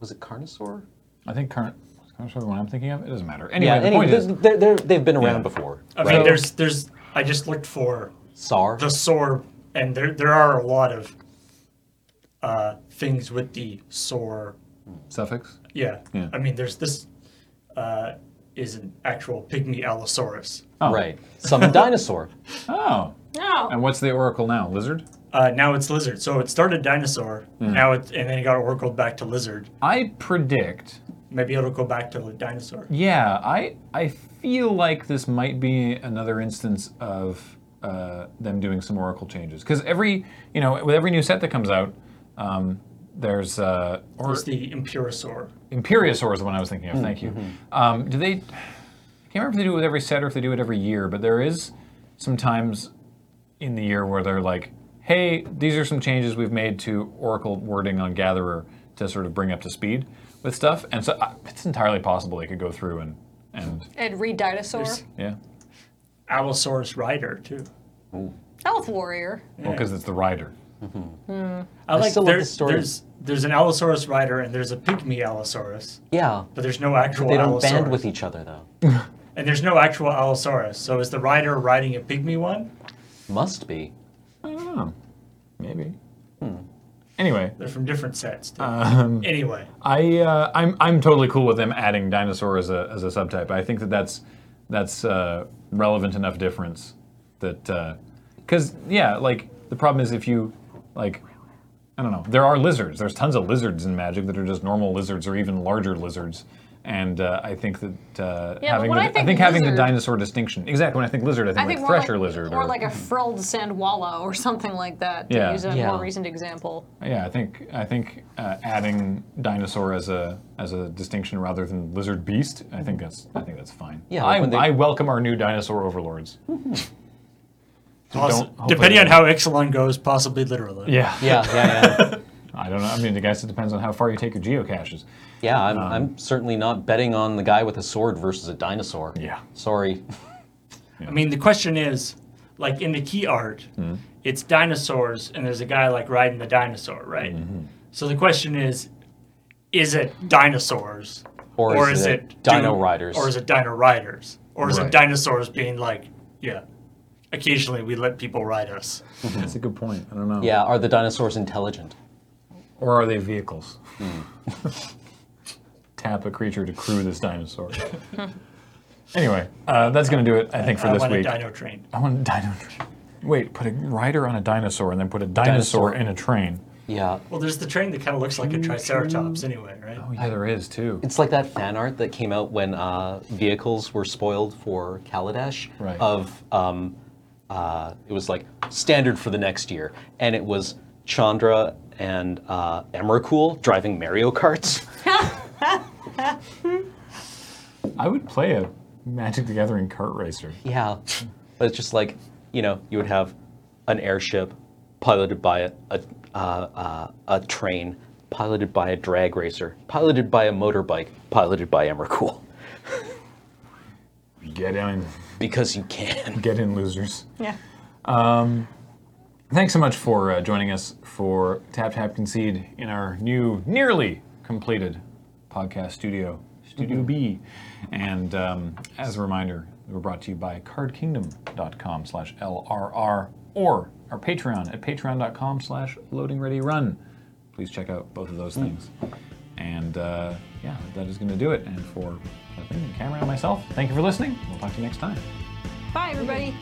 S3: was it Carnosaur?
S1: I think current. I'm sure the one I'm thinking of. It doesn't matter. Anyway, the
S3: anyway,
S1: point is,
S3: they're, they're, they've been around before.
S4: I mean,
S3: right?
S4: there's, there's. I just looked for
S3: Sar.
S4: the sore, and there, there are a lot of uh, things with the sore.
S1: suffix.
S4: Yeah.
S1: Yeah.
S4: I mean, there's this. Uh, is an actual pygmy allosaurus.
S1: Oh.
S3: Right. Some dinosaur.
S1: Oh, and
S2: No.
S1: what's the oracle now? Lizard.
S4: Uh, now it's lizard. So it started dinosaur.
S1: Hmm.
S4: Now it and then it got oracled back to lizard.
S1: I predict.
S4: Maybe it'll go back to the dinosaur.
S1: Yeah, I I feel like this might be another instance of uh, them doing some Oracle changes because every you know with every new set that comes out, um, there's uh, or
S4: It's the Imperosaur.
S1: Imperiosaur is the one I was thinking of. Thank you. Um, do they? I can't remember if they do it with every set or if they do it every year, but there is sometimes in the year where they're like, "Hey, these are some changes we've made to Oracle wording on Gatherer to sort of bring up to speed with stuff," and so uh, it's entirely possible they could go through and and
S2: And read dinosaur.
S4: There's-
S1: yeah,
S4: Allosaurus rider too.
S2: Health warrior.
S1: well, because it's the rider.
S4: I like
S3: still love
S4: there-
S3: the story.
S4: There's there's an Allosaurus rider and there's a pygmy Allosaurus,
S3: Yeah.
S4: but there's no actual
S3: They don't
S4: Allosaurus.
S3: band with each other though.
S4: and there's no actual Allosaurus. So is the rider riding a pygmy one?
S3: Must be.
S1: I don't know, maybe. Anyway,
S4: They're from different sets. too.
S1: Um,
S4: anyway,
S1: I uh, I'm I'm totally cool with them adding dinosaur as a as a subtype. I think that that's that's uh, relevant enough difference that because yeah, like the problem is if you like I don't know, there are lizards. There's tons of lizards in Magic that are just normal lizards or even larger lizards. And uh, I think that uh,
S2: Yeah, but
S1: having
S2: when
S1: the,
S2: I think
S1: having the
S2: lizard-
S1: dinosaur distinction exactly when I think lizard, I think,
S2: I think
S1: like
S2: more
S1: fresher
S2: like,
S1: lizard
S2: or,
S1: [LAUGHS]
S2: like a frilled sandwalla or something like that. To
S1: Yeah.
S2: use a
S3: Yeah.
S2: more recent example.
S1: Yeah, I think I think uh, adding dinosaur as a as a distinction rather than lizard beast, I think that's I think that's fine.
S3: Yeah, like
S1: I,
S3: when they-
S1: I welcome our new dinosaur overlords. don't-
S4: possi-
S1: hopefully
S4: depending
S1: they
S4: on how Exelon goes, possibly literally.
S1: Yeah,
S3: Yeah, yeah, yeah.
S1: I don't know. I mean, I guess it depends on how far you take your geocaches.
S3: yeah, I'm,
S1: Um,
S3: I'm certainly not betting on the guy with a sword versus a dinosaur.
S1: Yeah. [LAUGHS]
S3: Sorry.
S4: I mean, the question is, like in the key art, it's dinosaurs, and there's a guy like riding the dinosaur, right? So the question is, is it dinosaurs,
S3: Or,
S4: or is, it,
S3: Dino
S4: Doom-
S3: Riders?
S4: Or is it Dino Riders? Or is
S1: Right.
S4: it dinosaurs being like, yeah, occasionally we let people ride us?
S1: That's a good point. I don't know.
S3: Mm-hmm. yeah, are the dinosaurs intelligent?
S1: Or are they vehicles?
S3: Mm.
S1: [LAUGHS] Tap a creature to crew this dinosaur. [LAUGHS] anyway, uh, that's going to do it, I think, for
S4: I
S1: this
S4: want
S1: week.
S4: uh, a dino train.
S1: I want a dino train. Wait, put a rider on a dinosaur and then put a dinosaur,
S3: Dinosaur.
S1: in a train.
S3: Yeah.
S4: Well, there's the train that kind of looks like a triceratops anyway, right?
S1: Oh, yeah, there is, too.
S3: It's like that fan art that came out when uh, vehicles were spoiled for Kaladesh.
S1: Right.
S3: Of um, uh, it was like standard for the next year, and it was Chandra and uh, Emrakul driving Mario Karts. [LAUGHS]
S1: I would play a Magic the Gathering kart racer.
S3: yeah, but it's just like you know you would have an airship piloted by a a, uh, uh, a train, piloted by a drag racer, piloted by a motorbike, piloted by Emrakul,
S1: Get in.
S3: because you can.
S1: Get in, losers.
S2: Yeah.
S1: Thanks so much for uh, joining us for Tap Tap Concede in our new, nearly completed podcast studio, Studio B. And um, as a reminder, we're brought to you by cardkingdom.com slash LRR or our Patreon at patreon.com slash loadingreadyrun. Please check out both of those things. And uh, yeah, that is going to do it. And for Kathleen and Cameron and myself, thank you for listening. We'll talk to you next time.
S2: Bye, everybody.